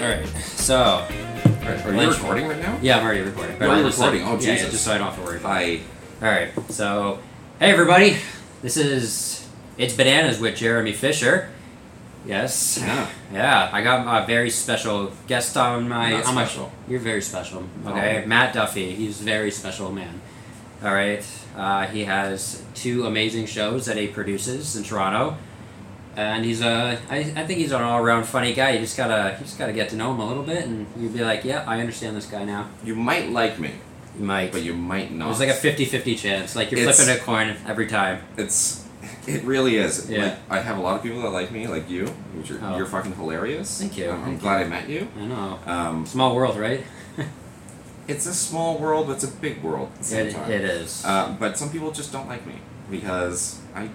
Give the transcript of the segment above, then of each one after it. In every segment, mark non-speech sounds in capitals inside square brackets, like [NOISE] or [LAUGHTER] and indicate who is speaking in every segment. Speaker 1: All right. So,
Speaker 2: Are you
Speaker 1: Lunch.
Speaker 2: recording right now?
Speaker 1: yeah, I'm already recording.
Speaker 2: You're already
Speaker 1: I just like-
Speaker 2: recording? Oh,
Speaker 1: yeah, yeah,
Speaker 2: Jesus.
Speaker 1: just so I don't have to worry about it.
Speaker 2: I
Speaker 1: All right. So, hey, everybody. This is It's Bananas with Jeremy Fisher. Yes.
Speaker 2: Yeah.
Speaker 1: Yeah, I got a very special guest on my
Speaker 2: Not
Speaker 1: on my
Speaker 2: special. Oh.
Speaker 1: You're very special.
Speaker 2: No.
Speaker 1: Okay, Matt Duffy. He's a very special man. All right, uh, he has two amazing shows that he produces in Toronto, and he's a I, I think he's an all around funny guy. You just gotta you just gotta get to know him a little bit, and you'd be like, yeah, I understand this guy now.
Speaker 2: you might like me,
Speaker 1: You might.
Speaker 2: but you might not.
Speaker 1: There's like a 50-50 chance. Like you're
Speaker 2: It's-
Speaker 1: flipping a coin every time.
Speaker 2: it's it really is.
Speaker 1: Yeah.
Speaker 2: Like, I have a lot of people that like me, like you, which are,
Speaker 1: Oh.
Speaker 2: you're fucking hilarious.
Speaker 1: Thank you.
Speaker 2: I'm, I'm
Speaker 1: Thank
Speaker 2: glad I met you.
Speaker 1: I know.
Speaker 2: Um,
Speaker 1: Small world, right?
Speaker 2: it's a small world, but it's a big world at the same
Speaker 1: It,
Speaker 2: time.
Speaker 1: it is.
Speaker 2: Uh, but some people just don't like me because I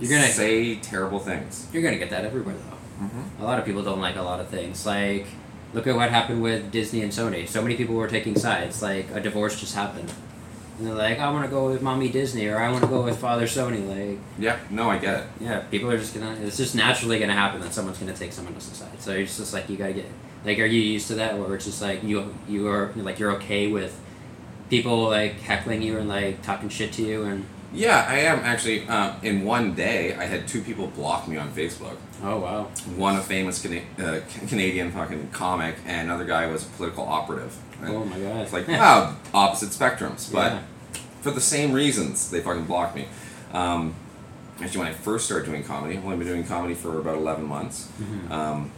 Speaker 1: You're gonna-
Speaker 2: say terrible things.
Speaker 1: you're gonna get that everywhere though.
Speaker 2: Mm-hmm.
Speaker 1: a lot of people don't like a lot of things. Like, look at what happened with Disney and Sony. So many people were taking sides. Like, a divorce just happened. And they're like, I want to go with mommy Disney or I want to go with father Sony. Like,
Speaker 2: Yeah. No, I get it.
Speaker 1: yeah, people are just gonna, it's just naturally gonna happen that someone's gonna take someone else's side. So it's just like, you gotta get, like, are you used to that where it's just like, you, you are, like, you're okay with people, like, heckling you and, like, talking shit to you and,
Speaker 2: Yeah, I am actually. Um, in one day, I had two people block me on Facebook.
Speaker 1: oh, wow.
Speaker 2: one a famous Cana- uh, Ca- Canadian fucking comic, and another guy was a political operative. And
Speaker 1: Oh my god.
Speaker 2: It's
Speaker 1: [LAUGHS]
Speaker 2: like ah, wow, opposite spectrums, but
Speaker 1: Yeah.
Speaker 2: for the same reasons they fucking blocked me. Um, actually, when I first started doing comedy, I've only been doing comedy for about eleven months.
Speaker 1: Mhm.
Speaker 2: Um,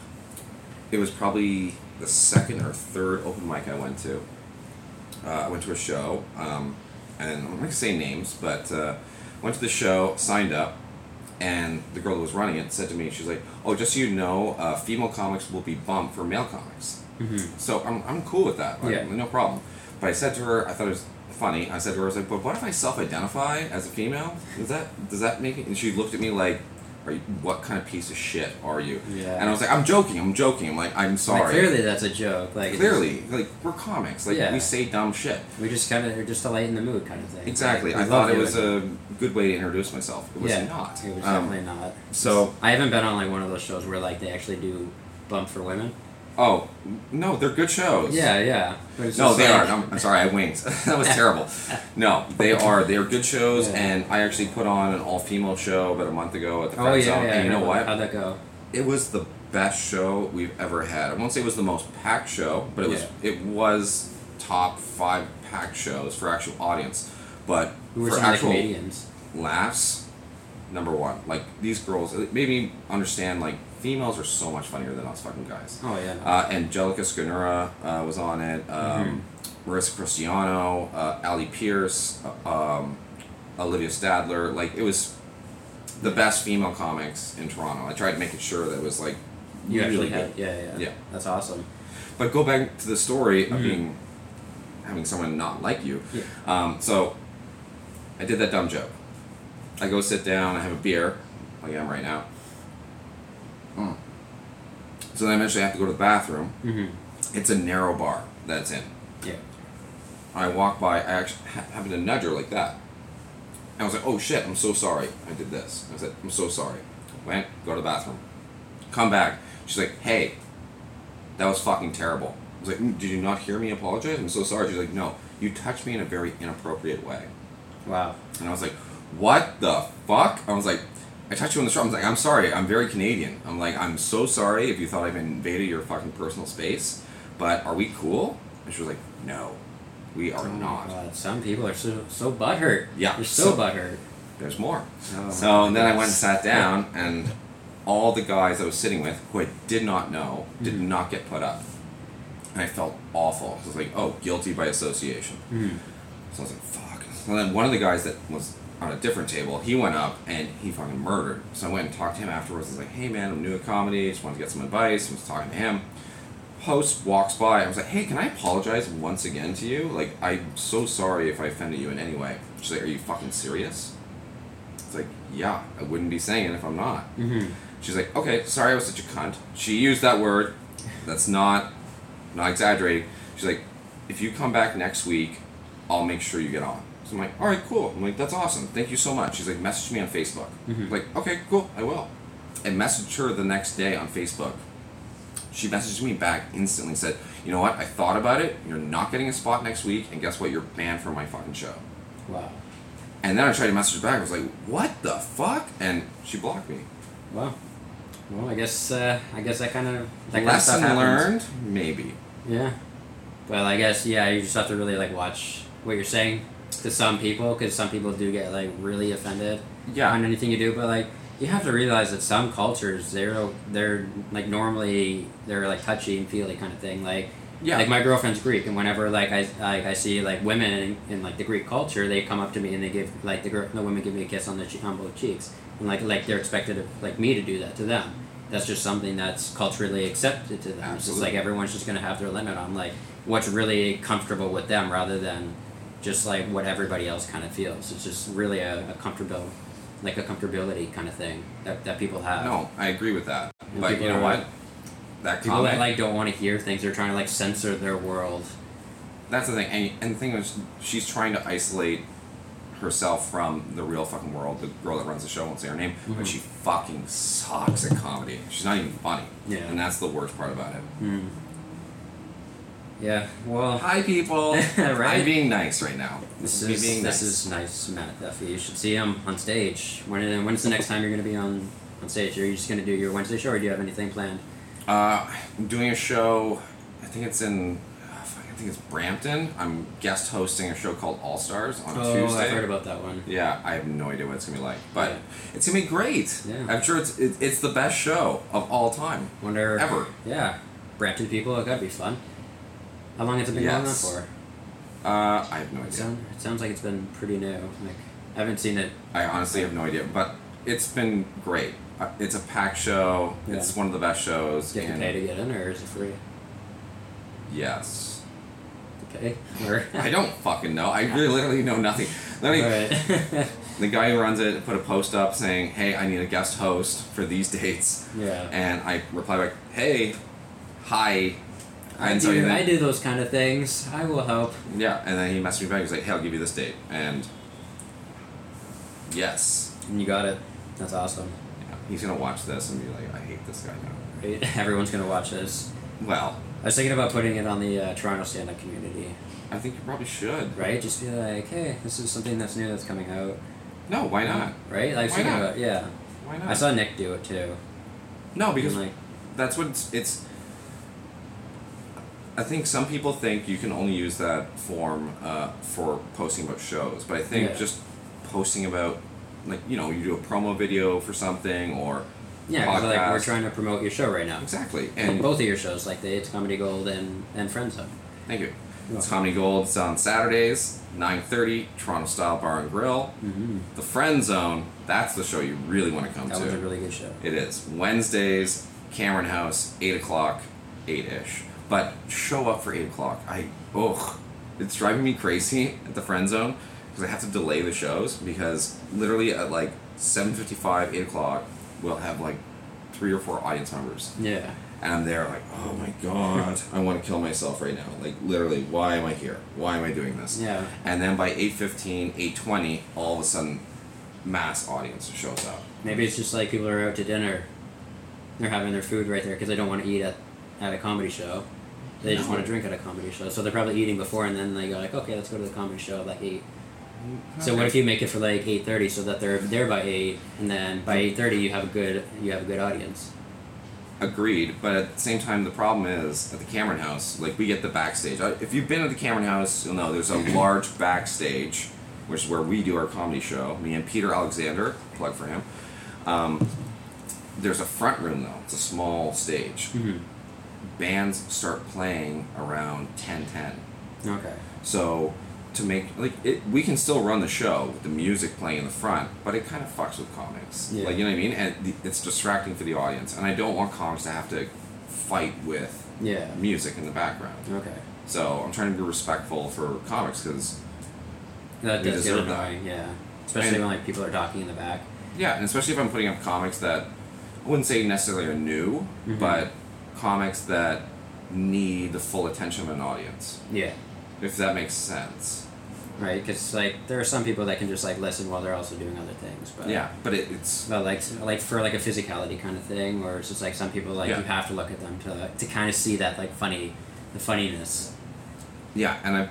Speaker 2: it was probably the second or third open mic I went to. Uh, I went to a show, um, and I'm not gonna say names, but uh, went to the show, signed up, and the girl that was running it said to me, she's like, "Oh, just so you know, uh, female comics will be bumped for male comics."
Speaker 1: Mhm.
Speaker 2: So I'm, I'm cool with that. Like,
Speaker 1: Yeah.
Speaker 2: No problem. But I said to her, I thought it was funny. I said to her, I was like, "But what if I self-identify as a female? Does that does that make it?" And she looked at me like, "Are you, what kind of piece of shit are you?"
Speaker 1: Yeah.
Speaker 2: And I was like, "I'm joking. I'm joking. I'm like, I'm sorry."
Speaker 1: Like, clearly that's a joke. Like, it's-
Speaker 2: Clearly, like we're comics. Like
Speaker 1: Yeah.
Speaker 2: we say dumb shit.
Speaker 1: We just kind of are just to lighten the mood, kind of thing.
Speaker 2: Exactly.
Speaker 1: Like, we
Speaker 2: I thought
Speaker 1: love
Speaker 2: it was
Speaker 1: doing
Speaker 2: a good way to introduce myself. It was
Speaker 1: yeah,
Speaker 2: not.
Speaker 1: It was
Speaker 2: Um,
Speaker 1: definitely not.
Speaker 2: so-
Speaker 1: I haven't been on like one of those shows where like they actually do bump for women.
Speaker 2: oh no, they're good shows.
Speaker 1: Yeah, yeah. But it's
Speaker 2: No,
Speaker 1: just
Speaker 2: they are.
Speaker 1: like-
Speaker 2: I'm, I'm sorry, I winked. [LAUGHS] that was
Speaker 1: [LAUGHS]
Speaker 2: terrible. No, they are. They are good shows,
Speaker 1: Yeah.
Speaker 2: and I actually put on an all-female show about a month ago at the
Speaker 1: Oh
Speaker 2: Friend
Speaker 1: yeah,
Speaker 2: Zone.
Speaker 1: yeah.
Speaker 2: and you know what?
Speaker 1: How'd that go?
Speaker 2: It was the best show we've ever had. I won't say it was the most packed show, but it was. It was top five packed shows for actual audience, but
Speaker 1: Who were
Speaker 2: for
Speaker 1: some of the
Speaker 2: actual
Speaker 1: comedians?
Speaker 2: laughs number one like these girls it made me understand like females are so much funnier than us fucking guys
Speaker 1: Oh yeah.
Speaker 2: uh, angelica Scanura uh, was on it
Speaker 1: Mm-hmm.
Speaker 2: um, marissa cristiano uh, ali pierce uh, um, olivia stadler like it was the best female comics in toronto i tried making sure that it was like
Speaker 1: you
Speaker 2: really
Speaker 1: actually
Speaker 2: good.
Speaker 1: had. Yeah, yeah.
Speaker 2: Yeah.
Speaker 1: That's awesome.
Speaker 2: But go back to the story of
Speaker 1: Mhm.
Speaker 2: being having someone not like you.
Speaker 1: Yeah.
Speaker 2: Um, so I did that dumb joke. I go sit down, I have a beer, like I am right now. Mm. So then eventually I have to go to the bathroom.
Speaker 1: Mm-hmm.
Speaker 2: It's a narrow bar that's in.
Speaker 1: Yeah.
Speaker 2: I walk by, I actually ha- happened to nudge her like that. And I was like, oh shit, I'm so sorry I did this. I said, I'm so sorry. Went, go to the bathroom. Come back. She's like, hey, that was fucking terrible. I was like, "Mm, did you not hear me apologize? I'm so sorry. She's like, no, you touched me in a very inappropriate way.
Speaker 1: Wow.
Speaker 2: And I was like, what the fuck? I was like, I touched you in the shoulder. I was like, I'm sorry. I'm very Canadian. I'm like, I'm so sorry if you thought I've invaded your fucking personal space, but are we cool? And she was like, no, we are
Speaker 1: Oh my
Speaker 2: not.
Speaker 1: God. Some people are so so butthurt.
Speaker 2: Yeah,
Speaker 1: They're so,
Speaker 2: so-
Speaker 1: butthurt.
Speaker 2: There's more.
Speaker 1: Oh,
Speaker 2: so
Speaker 1: my
Speaker 2: then I went and
Speaker 1: goodness.
Speaker 2: sat down, and all the guys I was sitting with, who I did not know, did
Speaker 1: Hmm.
Speaker 2: not get put up. And I felt awful. I was like, oh, guilty by association.
Speaker 1: Mhm.
Speaker 2: So I was like, fuck. So then one of the guys that was on a different table, he went up and he fucking murdered. So I went and talked to him afterwards. I was like, hey man, I'm new at comedy. Just wanted to get some advice. I was talking to him. Host walks by. I was like, hey, can I apologize once again to you? Like, I'm so sorry if I offended you in any way. She's like, are you fucking serious? It's like, yeah, I wouldn't be saying it if I'm not.
Speaker 1: Mhm.
Speaker 2: She's like, okay, sorry I was such a cunt. She used that word. That's not, not exaggerating. She's like, if you come back next week, I'll make sure you get on. So I'm like, all right, cool. I'm like, that's awesome. Thank you so much. She's like, message me on Facebook.
Speaker 1: Mhm.
Speaker 2: Like, okay, cool, I will. I messaged her the next day on Facebook. She messaged me back instantly said, You know what? I thought about it. You're not getting a spot next week. And guess what? You're banned from my fucking show.
Speaker 1: Wow.
Speaker 2: And then I tried to message her back. I was like, What the fuck? And she blocked me.
Speaker 1: Wow. Well, I guess uh, I guess that kind of that kind of stuff
Speaker 2: Lesson
Speaker 1: happens.
Speaker 2: learned? Maybe.
Speaker 1: Yeah. Well, I guess yeah, you just have to really like watch what you're saying to some people because some people do get like really offended
Speaker 2: Yeah.
Speaker 1: on anything you do, but like you have to realize that some cultures they're they're like normally they're like touchy and feely kind of thing. Like
Speaker 2: Yeah.
Speaker 1: like my girlfriend's Greek, and whenever like I like I see like women in, in like the Greek culture, they come up to me and they give like the girl the women give me a kiss on the cheek on both cheeks, and like like they're expected of like me to do that to them. That's just something that's culturally accepted to them. It's just like
Speaker 2: Absolutely.
Speaker 1: everyone's just gonna have their limit on like what's really comfortable with them, rather than just like what everybody else kind of feels. It's just really a, a comfortable, like a comfortability kind of thing that, that people have.
Speaker 2: no, I agree with that.
Speaker 1: And
Speaker 2: But
Speaker 1: people
Speaker 2: you know
Speaker 1: are-
Speaker 2: what? That
Speaker 1: People
Speaker 2: comment,
Speaker 1: that like don't want to hear things. They're trying to like censor their world.
Speaker 2: that's the thing. And, and the thing is, she's trying to isolate herself from the real fucking world. The girl that runs the show won't say her name,
Speaker 1: Mhm.
Speaker 2: but she fucking sucks at comedy. She's not even funny.
Speaker 1: Yeah.
Speaker 2: And that's the worst part about it.
Speaker 1: Hmm. Yeah. Well,
Speaker 2: Hi, people.
Speaker 1: [LAUGHS] Right?
Speaker 2: I'm being nice right now.
Speaker 1: this
Speaker 2: me
Speaker 1: is
Speaker 2: being
Speaker 1: this
Speaker 2: nice.
Speaker 1: is nice, Matt Duffy. You should see him on stage. When when's the next time you're gonna be on on stage? Are you just gonna do your Wednesday show, or do you have anything planned?
Speaker 2: Uh, I'm doing a show. I think it's in. uh, fuck, I think it's Brampton. I'm guest hosting a show called All Stars on
Speaker 1: oh,
Speaker 2: Tuesday.
Speaker 1: I've heard about that one.
Speaker 2: yeah, I have no idea what it's gonna be like, but
Speaker 1: Yeah.
Speaker 2: it's gonna be great.
Speaker 1: Yeah.
Speaker 2: I'm sure it's it, it's the best show of all time.
Speaker 1: Wonder
Speaker 2: Ever.
Speaker 1: Yeah, Brampton people. It gotta be fun. How long has it been
Speaker 2: Yes.
Speaker 1: going on for?
Speaker 2: Uh, I have no
Speaker 1: It,
Speaker 2: idea.
Speaker 1: sound, it sounds like it's been pretty new. Like I haven't seen it.
Speaker 2: I honestly have no idea, but it's been great. Uh, It's a packed show.
Speaker 1: Yeah.
Speaker 2: It's one of the best shows.
Speaker 1: Do you have
Speaker 2: and
Speaker 1: to pay to get in, or is it free
Speaker 2: Yes.
Speaker 1: to
Speaker 2: [LAUGHS]
Speaker 1: pay? Or
Speaker 2: I don't fucking know. I really literally know nothing. Let me.
Speaker 1: Alright.
Speaker 2: The guy who runs it put a post up saying, "Hey, I need a guest host for these [LAUGHS] dates,"
Speaker 1: [LAUGHS] yeah.
Speaker 2: and I reply back, "Hey, hi."
Speaker 1: I
Speaker 2: And so he
Speaker 1: do,
Speaker 2: then-
Speaker 1: I do those kind of things. I will help.
Speaker 2: Yeah, and then he messaged me back. He's like, "Hey, I'll give you this date," and yes,
Speaker 1: And you got it. That's awesome.
Speaker 2: Yeah. he's gonna watch this and be like, "I hate this guy now."
Speaker 1: Right? [LAUGHS] Everyone's gonna watch this.
Speaker 2: Well,
Speaker 1: I was thinking about putting it on the uh, Toronto stand-up community,
Speaker 2: I think you probably should.
Speaker 1: right? Just be like, hey, this is something that's new that's coming out,
Speaker 2: No, why not?
Speaker 1: right? Like, I was
Speaker 2: Why
Speaker 1: thinking
Speaker 2: not?
Speaker 1: about yeah.
Speaker 2: Why
Speaker 1: I
Speaker 2: not?
Speaker 1: saw Nick do it too.
Speaker 2: No, because
Speaker 1: And, like,
Speaker 2: that's what it's, it's. I think some people think you can only use that form uh, for posting about shows, but I think
Speaker 1: Yeah.
Speaker 2: just posting about, like you know, you do a promo video for something or
Speaker 1: yeah, 'cause, like we're
Speaker 2: podcast.
Speaker 1: trying to promote your show right now.
Speaker 2: exactly
Speaker 1: And
Speaker 2: and
Speaker 1: both of your shows, like the It's Comedy Gold and and Friends Zone.
Speaker 2: thank you.
Speaker 1: You're
Speaker 2: It's Comedy Gold. It's on Saturdays, nine thirty, Toronto Style Bar and Grill.
Speaker 1: Mm-hmm.
Speaker 2: The Friend Zone. That's the show you really want to come
Speaker 1: That
Speaker 2: to.
Speaker 1: was a really good show.
Speaker 2: It is Wednesdays, Cameron House, eight o'clock, eight ish. But show up for eight o'clock. I ugh, it's driving me crazy at the friend zone because I have to delay the shows because literally at like seven fifty five, eight o'clock, we'll have like three or four audience members,
Speaker 1: Yeah.
Speaker 2: and I'm there like, oh my god, I want to kill myself right now. Like literally, why am I here? Why am I doing this?
Speaker 1: Yeah.
Speaker 2: And then by 8.15, 8.20, all of a sudden, mass audience shows up.
Speaker 1: Maybe it's just like people are out to dinner. They're having their food right there because they don't want to eat at, at a comedy show. They just want to
Speaker 2: No.
Speaker 1: drink at a comedy show. So they're probably eating before and then they go like, okay, let's go to the comedy show at like 8.
Speaker 2: Mm-hmm.
Speaker 1: So what if you make it for like 8.30 so that they're there by 8 and then by 8.30 you have a good you have a good audience.
Speaker 2: Agreed, but at the same time, the problem is at the Cameron House. Like we get the backstage. I- If you've been at the Cameron House, you'll know there's a large backstage, which is where we do our comedy show. Me and Peter Alexander, plug for him. Um, there's a front room though. It's a small stage.
Speaker 1: Mhm.
Speaker 2: Bands start playing around ten ten.
Speaker 1: Okay.
Speaker 2: So to make like it, we can still run the show with the music playing in the front, but it kind of fucks with comics.
Speaker 1: Yeah.
Speaker 2: Like you know what I mean? And the- it's distracting for the audience, and I don't want comics to have to fight with
Speaker 1: Yeah.
Speaker 2: music in the background.
Speaker 1: Okay.
Speaker 2: So I'm trying to be respectful for comics because
Speaker 1: That
Speaker 2: They
Speaker 1: does get
Speaker 2: deserve that.
Speaker 1: annoying, yeah. Especially
Speaker 2: And-
Speaker 1: when like people are talking in the back.
Speaker 2: yeah, and especially if I'm putting up comics that I wouldn't say necessarily are new,
Speaker 1: Mhm.
Speaker 2: but comics that need the full attention of an audience,
Speaker 1: Yeah.
Speaker 2: if that makes sense.
Speaker 1: right? Because like there are some people that can just like listen while they're also doing other things. But
Speaker 2: yeah, but it, it's
Speaker 1: But like like for like a physicality kind of thing, or it's just like some people like
Speaker 2: Yeah.
Speaker 1: you have to look at them to to kind of see that like funny, the funniness.
Speaker 2: yeah, and I've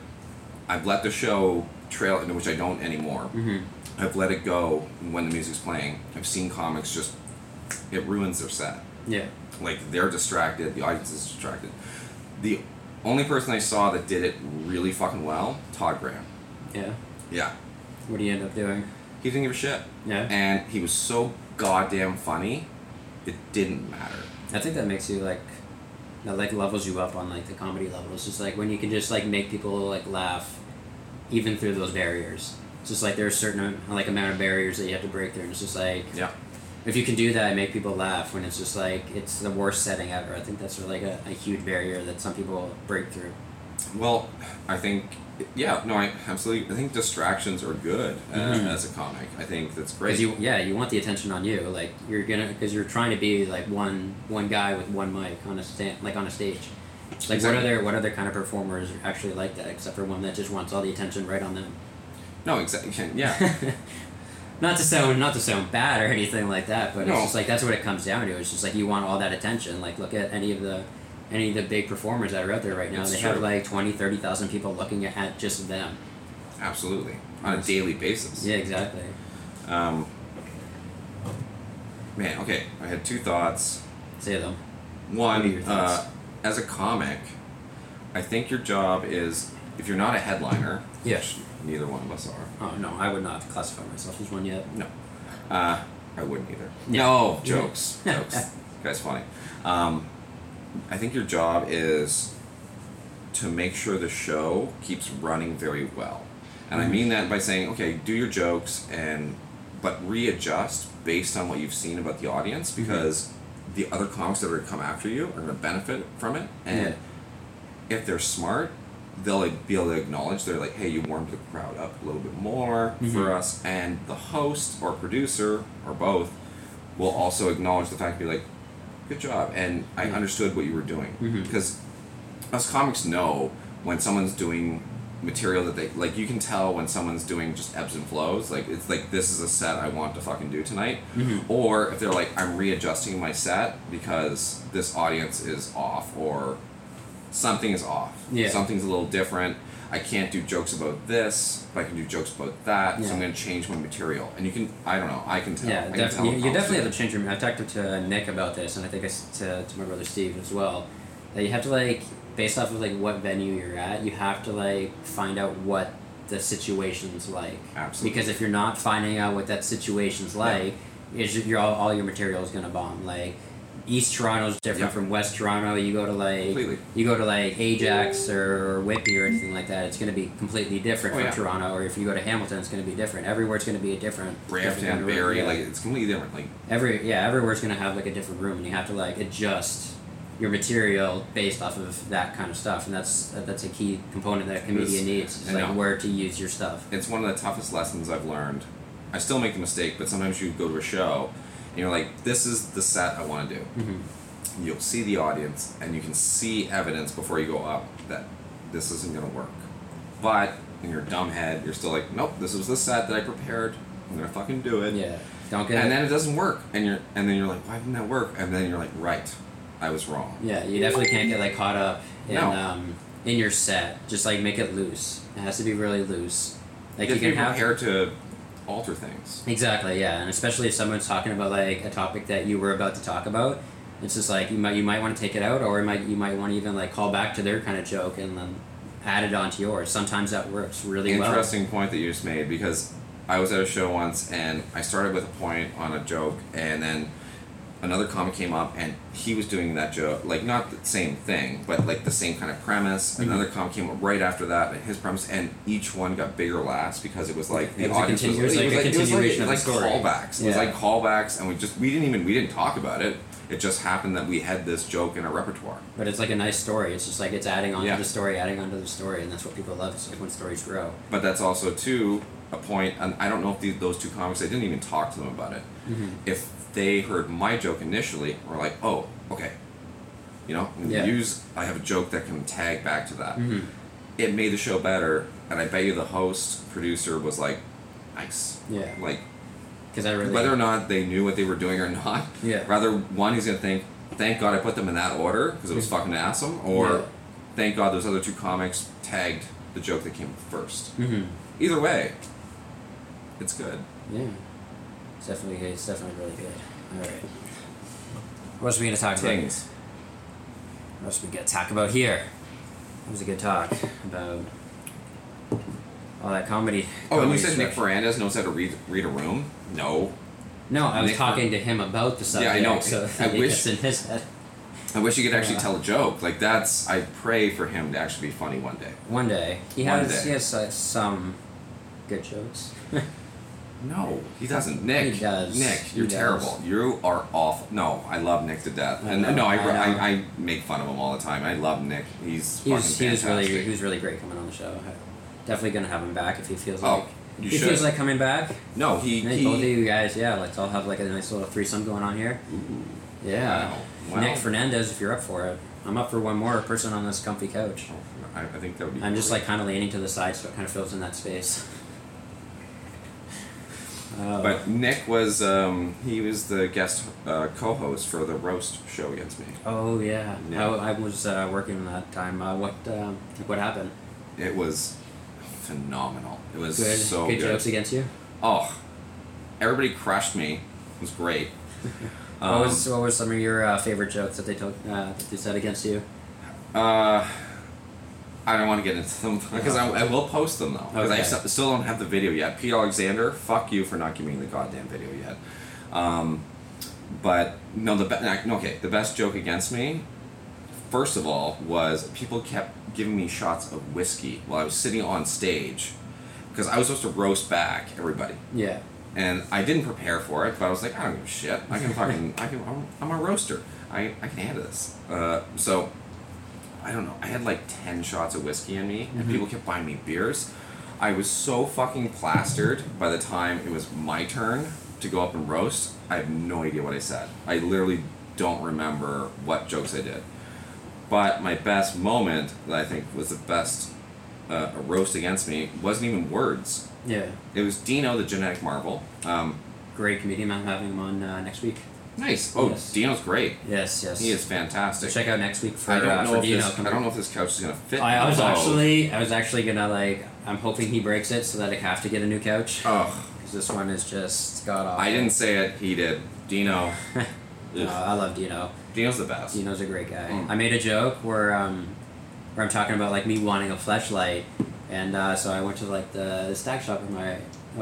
Speaker 2: I've let the show trail, into which I don't anymore.
Speaker 1: Mm-hmm.
Speaker 2: I've let it go when the music's playing. I've seen comics just it ruins their set.
Speaker 1: Yeah.
Speaker 2: like they're distracted the audience is distracted the only person i saw that did it really fucking well todd graham
Speaker 1: Yeah.
Speaker 2: yeah
Speaker 1: What do you end up doing?
Speaker 2: he didn't give a shit
Speaker 1: Yeah.
Speaker 2: and he was so goddamn funny it didn't matter
Speaker 1: I think that makes you like. That like levels you up on like the comedy level. It's just like when you can just like make people like laugh, even through those barriers. It's just like there's certain like amount of barriers that you have to break through, and it's just like
Speaker 2: yeah
Speaker 1: if you can do that and make people laugh when it's just like it's the worst setting ever i think that's like a, a huge barrier that some people break through
Speaker 2: well i think yeah no i absolutely i think distractions are good uh,
Speaker 1: Mhm.
Speaker 2: as a comic i think that's great
Speaker 1: because you yeah you want the attention on you like you're gonna because you're trying to be like one one guy with one mic on a stand like on a stage It's like
Speaker 2: Exactly.
Speaker 1: what other what other kind of performers are actually like that except for one that just wants all the attention right on them
Speaker 2: no exactly [LAUGHS] yeah
Speaker 1: [LAUGHS] not to sound not to sound bad or anything like that but
Speaker 2: No.
Speaker 1: it's just like that's what it comes down to it's just like you want all that attention like look at any of the any of the big performers that are out there right now
Speaker 2: It's
Speaker 1: they have
Speaker 2: true.
Speaker 1: like 20 30,000 people looking at, at just them
Speaker 2: absolutely on a
Speaker 1: Yes.
Speaker 2: daily basis
Speaker 1: yeah exactly
Speaker 2: um man okay i had two thoughts
Speaker 1: say them What are your
Speaker 2: One,
Speaker 1: thoughts?
Speaker 2: uh, as a comic, I think your job is if you're not a headliner,
Speaker 1: yes
Speaker 2: neither one of us are.
Speaker 1: oh no i would not classify myself as one yet
Speaker 2: No, uh, I wouldn't either.
Speaker 1: Yeah.
Speaker 2: No jokes, jokes. [LAUGHS] Guy's funny. Um, I think your job is to make sure the show keeps running very well, and
Speaker 1: Mm-hmm.
Speaker 2: I mean that by saying, okay, do your jokes and but readjust based on what you've seen about the audience because
Speaker 1: Mm-hmm.
Speaker 2: the other comics that are going to come after you are going to benefit from it and.
Speaker 1: Yeah.
Speaker 2: if they're smart, they'll like, be able to acknowledge they're like, hey, you warmed the crowd up a little bit more for
Speaker 1: Mhm.
Speaker 2: us, and the host or producer or both will also acknowledge the fact, be like, good job, and I
Speaker 1: Yeah.
Speaker 2: understood what you were doing
Speaker 1: Mhm.
Speaker 2: because us comics know when someone's doing material that they like you can tell when someone's doing just ebbs and flows like it's like this is a set i want to fucking do tonight
Speaker 1: Mhm.
Speaker 2: or if they're like i'm readjusting my set because this audience is off or something is off
Speaker 1: Yeah.
Speaker 2: something's a little different i can't do jokes about this but i can do jokes about that so i'm
Speaker 1: Yeah.
Speaker 2: going to change my material and you can i don't know i can tell
Speaker 1: Yeah,
Speaker 2: I can
Speaker 1: def-
Speaker 2: tell
Speaker 1: you,
Speaker 2: when
Speaker 1: you
Speaker 2: comics
Speaker 1: definitely
Speaker 2: do
Speaker 1: have to change your. I talked to Nick about this, and I think I s to, to my brother Steve as well. That you have to like, based off of like what venue you're at, you have to like find out what the situation's like.
Speaker 2: Absolutely.
Speaker 1: Because if you're not finding out what that situation's like, is your- your all, all your material is gonna bomb. Like, East Toronto's different
Speaker 2: Yeah.
Speaker 1: from West Toronto. You go to like
Speaker 2: Completely.
Speaker 1: you go to like Ajax or Whitby or anything like that. It's gonna be completely different
Speaker 2: Oh,
Speaker 1: from
Speaker 2: yeah.
Speaker 1: Toronto. Or if you go to Hamilton, it's gonna be different. Everywhere it's gonna be a different. different kind
Speaker 2: brampton
Speaker 1: of-
Speaker 2: barry
Speaker 1: yeah
Speaker 2: like it's completely different like
Speaker 1: every yeah everywhere's gonna have like a different room and you have to like adjust your material based off of that kind of stuff and that's that, that's a key component that a comedian needs is
Speaker 2: I
Speaker 1: like
Speaker 2: know.
Speaker 1: where to use your stuff
Speaker 2: it's one of the toughest lessons I've learned. I still make the mistake, but sometimes you go to a show and you're like, this is the set I want to do.
Speaker 1: Mhm.
Speaker 2: You'll see the audience and you can see evidence before you go up that this isn't going to work. But in your dumb head, you're still like, nope, this was the set that I prepared. I'm going to fucking do it.
Speaker 1: yeah don't get
Speaker 2: And then it doesn't work. And you're and then you're like, why didn't that work? And then you're like, right, I was wrong.
Speaker 1: yeah you definitely can't get like caught up in
Speaker 2: No.
Speaker 1: um in your set just like make it loose it has to be really loose like
Speaker 2: you
Speaker 1: you can
Speaker 2: have to be
Speaker 1: have
Speaker 2: prepared to alter things.
Speaker 1: Exactly, yeah, and especially if someone's talking about like a topic that you were about to talk about, it's just like you might you might want to take it out, or it might you might want to even like call back to their kind of joke and then add it onto yours. Sometimes that works really
Speaker 2: interesting point that you just made because I was at a show once and I started with a point on a joke and then another comic came up and he was doing that joke like not the same thing but like the same kind of premise
Speaker 1: Mm-hmm.
Speaker 2: another comic came up right after that and his premise and each one got bigger laughs because it was like the
Speaker 1: It was a
Speaker 2: audience
Speaker 1: continu-
Speaker 2: was,
Speaker 1: it was like a
Speaker 2: it was like, it
Speaker 1: continuation of the
Speaker 2: was like
Speaker 1: story.
Speaker 2: callbacks it was
Speaker 1: Yeah.
Speaker 2: like callbacks and we just we didn't even we didn't talk about it it just happened that we had this joke in our repertoire
Speaker 1: well, but it's like a nice story. It's just like it's adding on
Speaker 2: Yeah.
Speaker 1: to the story, adding on to the story, and that's what people love. It's like when stories grow.
Speaker 2: but that's also too a point and i don't know if the, those two comics i didn't even talk to them about it
Speaker 1: Mm-hmm.
Speaker 2: if they heard my joke initially or like oh okay you know I'm gonna
Speaker 1: Yeah.
Speaker 2: use i have a joke that can tag back to that
Speaker 1: Mhm.
Speaker 2: it made the show better, and I bet you the host producer was like, nice.
Speaker 1: Yeah.
Speaker 2: Like
Speaker 1: Because I really.
Speaker 2: whether or not they knew what they were doing or [LAUGHS] not.
Speaker 1: Yeah.
Speaker 2: Rather, one he's gonna think, thank God I put them in that order because it was fucking awesome, or
Speaker 1: Mm-hmm. Yeah.
Speaker 2: thank God those other two comics tagged the joke that came first.
Speaker 1: hmm
Speaker 2: Either way, it's good.
Speaker 1: Yeah. It's definitely, it's definitely really good. Alright. What else are we going to talk about?
Speaker 2: Tings.
Speaker 1: What else we got to talk about here? It was a good talk about all that comedy.
Speaker 2: Oh, and
Speaker 1: comedy
Speaker 2: you said Nick
Speaker 1: stuff.
Speaker 2: Ferrandez knows how to read read a room. No,
Speaker 1: No, I was
Speaker 2: Nick
Speaker 1: talking to him about the subject.
Speaker 2: Yeah, I know.
Speaker 1: So
Speaker 2: I
Speaker 1: it
Speaker 2: wish-
Speaker 1: gets in his head.
Speaker 2: I wish he could actually
Speaker 1: Yeah.
Speaker 2: tell a joke. Like that's I pray for him to actually be funny one day.
Speaker 1: One day he
Speaker 2: One
Speaker 1: has
Speaker 2: day.
Speaker 1: he has uh, some good jokes. [LAUGHS]
Speaker 2: No, he doesn't. Nick,
Speaker 1: He does.
Speaker 2: Nick,
Speaker 1: He
Speaker 2: you're
Speaker 1: does.
Speaker 2: terrible. You are awful. No, I love Nick to death.
Speaker 1: I
Speaker 2: and
Speaker 1: know,
Speaker 2: no, I,
Speaker 1: I know.
Speaker 2: I, I make fun of him all the time. I love Nick. He's
Speaker 1: he was
Speaker 2: fucking
Speaker 1: he was really
Speaker 2: fantastic.
Speaker 1: he was really great coming on the show. Definitely gonna have him back if he feels
Speaker 2: Oh,
Speaker 1: like
Speaker 2: you
Speaker 1: if he
Speaker 2: should.
Speaker 1: feels like coming back.
Speaker 2: no, he.
Speaker 1: Nick,
Speaker 2: he
Speaker 1: both of you guys, yeah, let's all have like a nice little threesome going on here. Yeah.
Speaker 2: Wow.
Speaker 1: Nick
Speaker 2: Wow.
Speaker 1: Fernandez, if you're up for it, I'm up for one more person on this comfy couch.
Speaker 2: Oh, I, I think that would be.
Speaker 1: I'm just
Speaker 2: great.
Speaker 1: like kind of leaning to the side, so it kind of fills in that space. Uh,
Speaker 2: But Nick was um, he was the guest uh, co-host for the roast show against me.
Speaker 1: oh yeah,
Speaker 2: Yeah.
Speaker 1: I, I was uh, working that time. Uh, what um, what happened?
Speaker 2: It was phenomenal. It was
Speaker 1: Good,
Speaker 2: so
Speaker 1: good
Speaker 2: good.
Speaker 1: jokes against you.
Speaker 2: Oh, everybody crushed me. It was
Speaker 1: [LAUGHS]
Speaker 2: great. Um,
Speaker 1: what was what were some of your uh, favorite jokes that they told uh, that they said against you?
Speaker 2: Uh, I don't want to get into them because I, I will post them though because
Speaker 1: Okay.
Speaker 2: I s- still don't have the video yet. Pete Alexander, fuck you for not giving me the goddamn video yet. Um, but no, the be- okay, the best joke against me, first of all, was people kept giving me shots of whiskey while I was sitting on stage because I was supposed to roast back everybody
Speaker 1: Yeah,
Speaker 2: and I didn't prepare for it, but I was like, I don't give a shit. I can fucking, I can, I'm, I'm a roaster. I, I can handle this. Uh, so, I don't know. I had like 10 shots of whiskey in me, and
Speaker 1: Mhm.
Speaker 2: people kept buying me beers. I was so fucking plastered by the time it was my turn to go up and roast. I have no idea what I said. I literally don't remember what jokes I did. But my best moment that I think was the best uh, roast against me wasn't even words.
Speaker 1: yeah.
Speaker 2: It was Dino, the genetic marvel. Um,
Speaker 1: Great comedian. I'm having him on uh, next week.
Speaker 2: Nice. Oh,
Speaker 1: Yes.
Speaker 2: Dino's great.
Speaker 1: Yes, yes.
Speaker 2: He is
Speaker 1: So
Speaker 2: fantastic.
Speaker 1: check out next week for
Speaker 2: I don't
Speaker 1: uh,
Speaker 2: know
Speaker 1: for
Speaker 2: if
Speaker 1: Dino.
Speaker 2: this, I
Speaker 1: coming.
Speaker 2: don't know if this couch is gonna fit.
Speaker 1: I, I was
Speaker 2: Oh.
Speaker 1: actually I was actually gonna like I'm hoping he breaks it so that I have to get a new couch
Speaker 2: Ugh.
Speaker 1: because this one is just god awful.
Speaker 2: I didn't say it. He did. Dino.
Speaker 1: [LAUGHS] No,
Speaker 2: Ugh.
Speaker 1: I love Dino.
Speaker 2: Dino's the best.
Speaker 1: Dino's a great guy.
Speaker 2: Mm.
Speaker 1: I made a joke where um, where I'm talking about like me wanting a flashlight, and uh, so I went to like the, the stack shop with my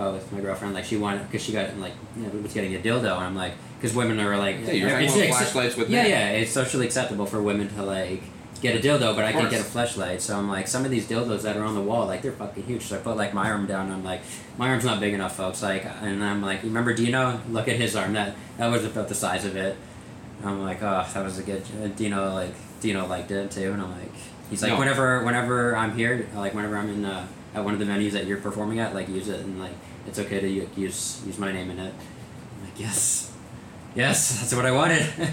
Speaker 1: uh, with my girlfriend. Like she wanted because she got like you know, was getting a dildo, and I'm like because women are like
Speaker 2: Yeah, you're talking
Speaker 1: it's
Speaker 2: about
Speaker 1: acce-
Speaker 2: flashlights with
Speaker 1: yeah
Speaker 2: men.
Speaker 1: yeah it's socially acceptable for women to like. Get a dildo, but I can't
Speaker 2: course.
Speaker 1: get a flashlight. So I'm like, some of these dildos that are on the wall, like they're fucking huge. So I put like my arm down. And I'm like, my arm's not big enough, folks. Like, and I'm like, you remember Dino? Look at his arm. That that was about the size of it. I'm like, oh, that was a good. and Dino like Dino liked it too, and I'm like, he's like,
Speaker 2: No.
Speaker 1: whenever whenever I'm here, like whenever I'm in uh, at one of the venues that you're performing at, like use it and like it's okay to u- use use my name in it. I'm like, yes, yes, that's what I wanted. [LAUGHS]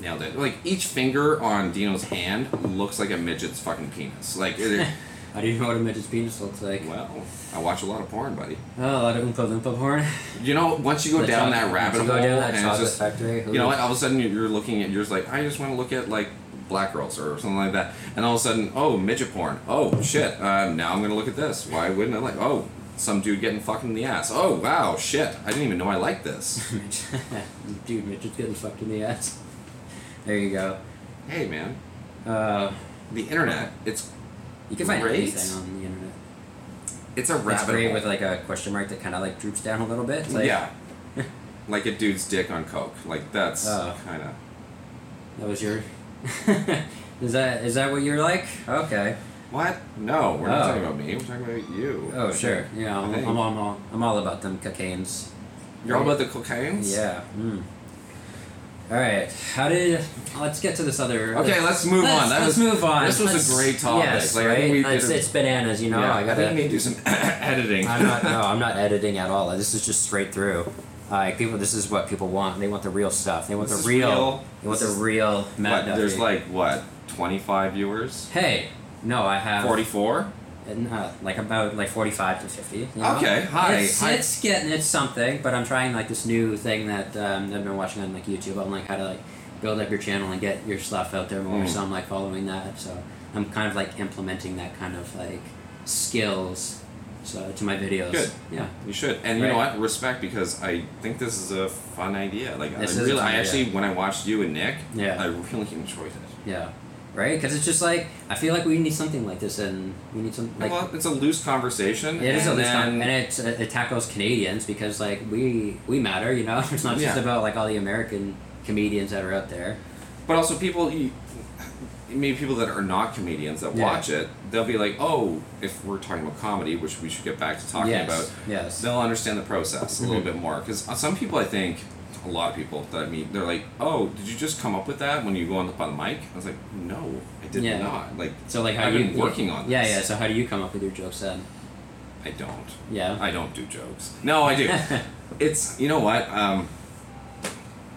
Speaker 2: Nailed it. Like each finger on Dino's hand looks like a midget's fucking penis. Like, it,
Speaker 1: [LAUGHS] I didn't know what a midget's penis looks like.
Speaker 2: well, I watch a lot of porn, buddy.
Speaker 1: Oh, a lot of oompa loompa porn.
Speaker 2: You know, once you go
Speaker 1: The
Speaker 2: down
Speaker 1: chocolate-
Speaker 2: that rabbit
Speaker 1: you
Speaker 2: hole,
Speaker 1: go down that
Speaker 2: and it's
Speaker 1: chocolate
Speaker 2: just
Speaker 1: factory.
Speaker 2: You know what?
Speaker 1: [LAUGHS]
Speaker 2: All of a sudden, you're- you're looking at you're just like, I just want to look at like black girls or something like that, and all of a sudden, oh, midget porn. Oh shit! Uh, now I'm gonna look at this. Why wouldn't I like? Oh, some dude getting fucked in the ass. Oh wow, shit! I didn't even know I liked this.
Speaker 1: [LAUGHS] Dude, midget's getting fucked in the ass. There you go.
Speaker 2: hey man,
Speaker 1: Uh,
Speaker 2: the internet. It's
Speaker 1: you can find
Speaker 2: Great.
Speaker 1: anything on the internet.
Speaker 2: it's a
Speaker 1: It's
Speaker 2: rabbit
Speaker 1: great
Speaker 2: hole.
Speaker 1: with like a question mark that kind of like droops down a little bit. It's like, [LAUGHS]
Speaker 2: yeah, like a dude's dick on coke. Like that's
Speaker 1: Oh.
Speaker 2: kind of
Speaker 1: That was your. [LAUGHS] is that is that what you're like? Okay.
Speaker 2: what? No, we're not
Speaker 1: Oh.
Speaker 2: talking about me. We're talking about you.
Speaker 1: Oh sure. Yeah, I'm,
Speaker 2: Hey.
Speaker 1: I'm, all- I'm all I'm all about them cocaines.
Speaker 2: You're all about the cocaine.
Speaker 1: Yeah. Mm. All right. How did? Let's get to this other.
Speaker 2: Okay, let's move
Speaker 1: let's,
Speaker 2: on. That
Speaker 1: let's
Speaker 2: was
Speaker 1: move on.
Speaker 2: this was a
Speaker 1: Let's-
Speaker 2: great topic.
Speaker 1: Yes,
Speaker 2: Like, I
Speaker 1: right.
Speaker 2: think we did
Speaker 1: it's,
Speaker 2: a-
Speaker 1: it's bananas. You know,
Speaker 2: yeah,
Speaker 1: I
Speaker 2: I [LAUGHS] think we
Speaker 1: gotta.
Speaker 2: need to do some [COUGHS] editing.
Speaker 1: I'm not.
Speaker 2: [LAUGHS]
Speaker 1: No, I'm not editing at all. This is just straight through. Like people, this is what people want. They want the real stuff. They want
Speaker 2: This is
Speaker 1: the real.
Speaker 2: real.
Speaker 1: They want
Speaker 2: This
Speaker 1: the
Speaker 2: is-
Speaker 1: real. Matt
Speaker 2: What, there's
Speaker 1: Duffy.
Speaker 2: like what 25 viewers
Speaker 1: Hey, No, I have.
Speaker 2: 44?
Speaker 1: Uh, like about like forty-five to fifty. you know?
Speaker 2: Okay, hi.
Speaker 1: It's,
Speaker 2: hi.
Speaker 1: it's getting it's something, but I'm trying like this new thing that um, I've been watching on like YouTube. I'm like how to like build up your channel and get your stuff out there more.
Speaker 2: Mm.
Speaker 1: So I'm like following that. So I'm kind of like implementing that kind of like skills. So to my videos.
Speaker 2: Good.
Speaker 1: Yeah.
Speaker 2: You should, and you know
Speaker 1: Right.
Speaker 2: what? Respect because I think this is a fun idea. Like
Speaker 1: This is
Speaker 2: I
Speaker 1: a
Speaker 2: really,
Speaker 1: fun
Speaker 2: I
Speaker 1: idea.
Speaker 2: actually when I watched you and Nick,
Speaker 1: Yeah.
Speaker 2: I really enjoyed it.
Speaker 1: Yeah. Right? Because it's just like I feel like we need something like this, and we need some like
Speaker 2: well, it's a loose conversation.
Speaker 1: It is
Speaker 2: and
Speaker 1: at least not,
Speaker 2: then-
Speaker 1: and it's, uh, it, it tackles Canadians because like we we matter, you know. [LAUGHS] It's not just
Speaker 2: Yeah.
Speaker 1: about like all the American comedians that are out there.
Speaker 2: But also people, you- maybe people that are not comedians that
Speaker 1: Yeah.
Speaker 2: watch it, they'll be like, oh, if we're talking about comedy, which we should get back to talking
Speaker 1: yes.
Speaker 2: about,
Speaker 1: Yes.
Speaker 2: they'll understand the process a little
Speaker 1: Mhm.
Speaker 2: bit more. Because some people, I think, a lot of people that I meet, they're like, oh, did you just come up with that when you go on the, on the mic? I was like, no, I did
Speaker 1: Yeah.
Speaker 2: not. Like,
Speaker 1: So like how
Speaker 2: I've
Speaker 1: you
Speaker 2: been working on
Speaker 1: Yeah,
Speaker 2: this.
Speaker 1: yeah. So how do you come up with your jokes then?
Speaker 2: I don't.
Speaker 1: Yeah.
Speaker 2: I don't do jokes. No, I
Speaker 1: [LAUGHS]
Speaker 2: do. it's you know what um,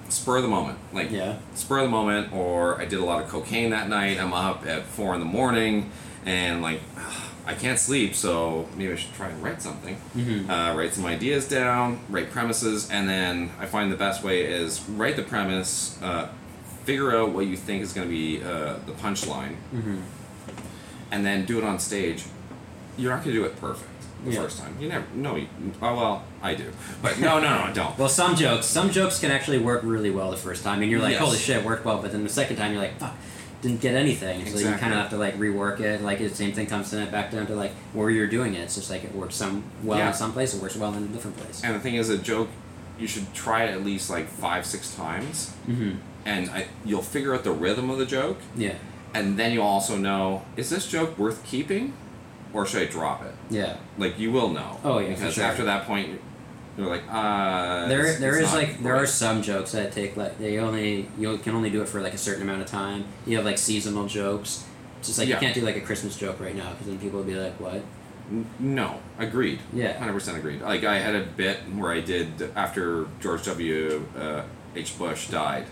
Speaker 2: spur of the moment like
Speaker 1: Yeah.
Speaker 2: spur of the moment or i did a lot of cocaine that night i'm up at four in the morning and like [SIGHS] i can't sleep so maybe i should try and write something
Speaker 1: Mhm.
Speaker 2: uh, write some ideas down write premises and then i find the best way is write the premise uh, figure out what you think is going to be uh, the punchline
Speaker 1: Mhm.
Speaker 2: and then do it on stage, you're not gonna do it perfect the
Speaker 1: Yeah.
Speaker 2: first time. You never. No. You, oh well, I do. But no, no, no, don't.
Speaker 1: Well, some jokes, some jokes can actually work really well the first time, and you're like,
Speaker 2: Yes.
Speaker 1: "Holy shit, worked well!" But then the second time, you're like, "Fuck, didn't get anything." So you
Speaker 2: Exactly.
Speaker 1: kind of have to like rework it. Like the same thing comes in it back down to like where you're doing it. It's just like it works some well
Speaker 2: Yeah.
Speaker 1: in some place, it works well in a different place.
Speaker 2: And the thing is, a joke, you should try it at least like five, six times,
Speaker 1: hmm
Speaker 2: and I, you'll figure out the rhythm of the joke,
Speaker 1: Yeah.
Speaker 2: and then you'll also know is this joke worth keeping, or should I drop it?
Speaker 1: Yeah.
Speaker 2: Like you will know.
Speaker 1: Oh, yeah, for
Speaker 2: Because
Speaker 1: sure.
Speaker 2: after that point, you're, you're like, uh.
Speaker 1: there
Speaker 2: it's-
Speaker 1: there
Speaker 2: it's
Speaker 1: is
Speaker 2: not
Speaker 1: like there are
Speaker 2: great.
Speaker 1: some jokes that take like they only you can only do it for like a certain amount of time. You have like seasonal jokes. It's just like
Speaker 2: Yeah.
Speaker 1: you can't do like a Christmas joke right now because then people will be like, "What?"
Speaker 2: N- No, agreed.
Speaker 1: Yeah.
Speaker 2: hundred percent agreed. Like I had a bit where I did after George W. Uh, H. Bush died.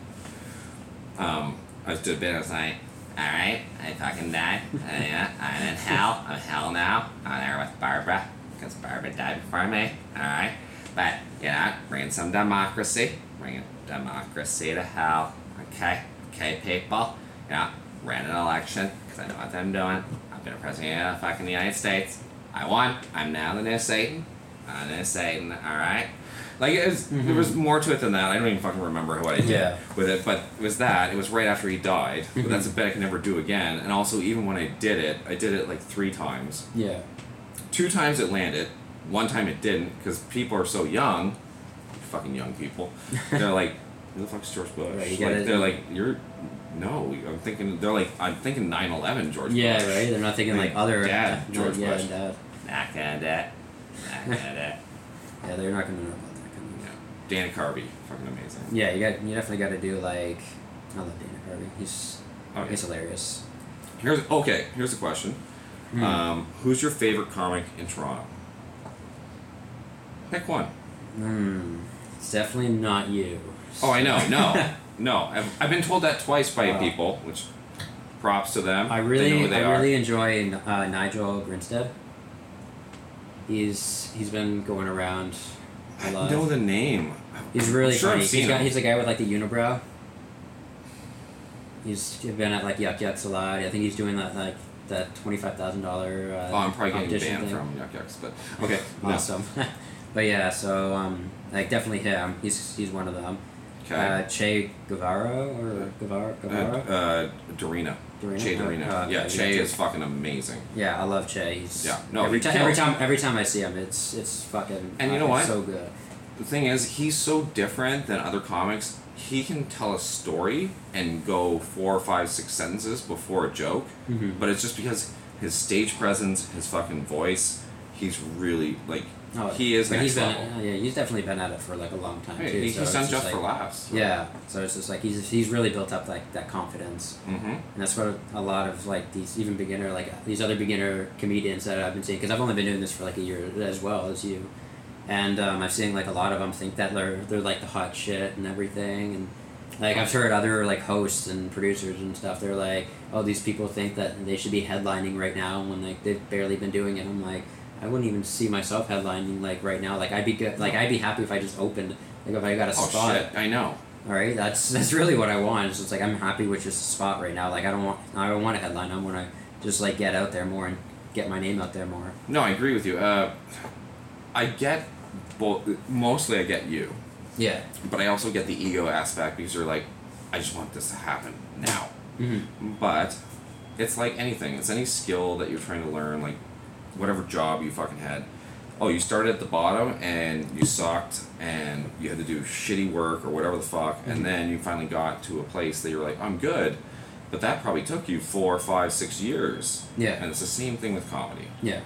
Speaker 2: Um, I did a bit. I was like, "All right, I fucking died. Uh, yeah, I'm in hell. I'm in hell now. I'm there with Barbara because Barbara died before me. All right, but you know, bringing some democracy, bringing democracy to hell. Okay, okay, people. You know, ran an election because I know what I'm doing. I've been a president of the fucking United States. I won. I'm now the new Satan. I'm the new Satan. All right. Like it was, there was more to it than that. I don't even fucking remember what I did
Speaker 1: Mm-hmm. Yeah. Mm-hmm.
Speaker 2: with it, but it was that. It was right after he died. But that's a bet I can never do again. And also, even when I did it, I did it like three times.
Speaker 1: Yeah.
Speaker 2: Two times it landed. One time it didn't because people are so young, fucking young
Speaker 1: [LAUGHS]
Speaker 2: people. They're like, who the fuck's George Bush?
Speaker 1: Right, you
Speaker 2: like
Speaker 1: gotta-
Speaker 2: they're like, you're, no, I'm thinking. They're like, I'm thinking 9/11 George.
Speaker 1: Yeah.
Speaker 2: Bush.
Speaker 1: Right. They're not thinking
Speaker 2: Like,
Speaker 1: like other
Speaker 2: Dad,
Speaker 1: not-
Speaker 2: George
Speaker 1: yeah,
Speaker 2: Bush.
Speaker 1: Dad.
Speaker 2: Not gonna do it. Not [LAUGHS] gonna do it.
Speaker 1: Yeah. They're not gonna know about that. Kind of
Speaker 2: Yeah. Dana Carvey, fucking amazing.
Speaker 1: [LAUGHS] yeah. You got. You definitely got to do like. I love Dana Carvey. He's
Speaker 2: Okay.
Speaker 1: he's hilarious.
Speaker 2: Here's okay. Here's a question.
Speaker 1: Hmm.
Speaker 2: Um, who's your favorite comic in Toronto? Pick one.
Speaker 1: Hmm. It's definitely not you.
Speaker 2: Oh,
Speaker 1: [LAUGHS]
Speaker 2: I know. No, no. I've, I've been told that twice by
Speaker 1: Wow.
Speaker 2: people, which props to them.
Speaker 1: I
Speaker 2: They know
Speaker 1: really,
Speaker 2: who they
Speaker 1: I
Speaker 2: are.
Speaker 1: really enjoy uh, Nigel Grinstead. He's he's been going around
Speaker 2: I
Speaker 1: a lot.
Speaker 2: know the name.
Speaker 1: he's really
Speaker 2: I'm sure
Speaker 1: funny.
Speaker 2: I've
Speaker 1: He's
Speaker 2: seen
Speaker 1: got,
Speaker 2: him.
Speaker 1: he's the guy with like the unibrow. He's been at like Yuck Yucks a lot. I think he's doing that like that twenty five thousand dollar. Uh,
Speaker 2: oh, I'm probably getting
Speaker 1: audition
Speaker 2: banned
Speaker 1: thing.
Speaker 2: from Yuck Yucks, but okay. No.
Speaker 1: Awesome. [LAUGHS] but yeah, so um, like definitely him. He's he's one of them.
Speaker 2: Okay.
Speaker 1: Uh, che Guevara or Guevara
Speaker 2: Uh,
Speaker 1: Guevara.
Speaker 2: uh, Dorina.
Speaker 1: Dorina?
Speaker 2: Che
Speaker 1: Oh,
Speaker 2: Dorina.
Speaker 1: oh, okay,
Speaker 2: yeah,
Speaker 1: yeah,
Speaker 2: Che
Speaker 1: Che.
Speaker 2: is fucking amazing.
Speaker 1: Yeah, I love Che. He's
Speaker 2: Yeah, no,
Speaker 1: every
Speaker 2: he
Speaker 1: time every
Speaker 2: kills.
Speaker 1: time every time I see him, it's it's fucking.
Speaker 2: And you know
Speaker 1: uh,
Speaker 2: what?
Speaker 1: So good.
Speaker 2: The thing is, he's so different than other comics. He can tell a story and go four or five, six sentences before a joke,
Speaker 1: Mhm.
Speaker 2: but it's just because his stage presence, his fucking voice, he's really like
Speaker 1: Oh,
Speaker 2: he is
Speaker 1: but
Speaker 2: next
Speaker 1: he's been
Speaker 2: level.
Speaker 1: yeah he's definitely been at it for like a long time
Speaker 2: Hey,
Speaker 1: too.
Speaker 2: he-
Speaker 1: so
Speaker 2: he's
Speaker 1: it's
Speaker 2: done
Speaker 1: just
Speaker 2: just
Speaker 1: like,
Speaker 2: for laughs.
Speaker 1: Yeah, so it's just like he's he's really built up like that confidence,
Speaker 2: Mm-hmm.
Speaker 1: and that's what a lot of like these even beginner like these other beginner comedians that I've been seeing because I've only been doing this for like a year as well as you, and um, I've seen like a lot of them think that they're they're like the hot shit and everything, and like I've heard other like hosts and producers and stuff they're like oh, these people think that they should be headlining right now when like they've barely been doing it. I'm like, I wouldn't even see myself headlining like right now. Like I'd be good. Like I'd be happy if I just opened. Like if I got a
Speaker 2: Oh
Speaker 1: spot.
Speaker 2: shit! I know.
Speaker 1: All right, that's [LAUGHS] that's really what I want. It's just like I'm happy with just a spot right now. Like I don't want I don't want a headline. I want to just like get out there more and get my name out there more.
Speaker 2: No, I agree with you. Uh, I get, well, mostly I get you,
Speaker 1: Yeah.
Speaker 2: but I also get the ego aspect because you're like, I just want this to happen now.
Speaker 1: hmm
Speaker 2: But it's like anything. It's any skill that you're trying to learn, like whatever job you fucking had. Oh, you started at the bottom and you sucked and you had to do shitty work or whatever the fuck,
Speaker 1: Mm-hmm.
Speaker 2: and then you finally got to a place that you're like, I'm good. But that probably took you four, five, six years.
Speaker 1: Yeah.
Speaker 2: And it's the same thing with comedy.
Speaker 1: Yeah.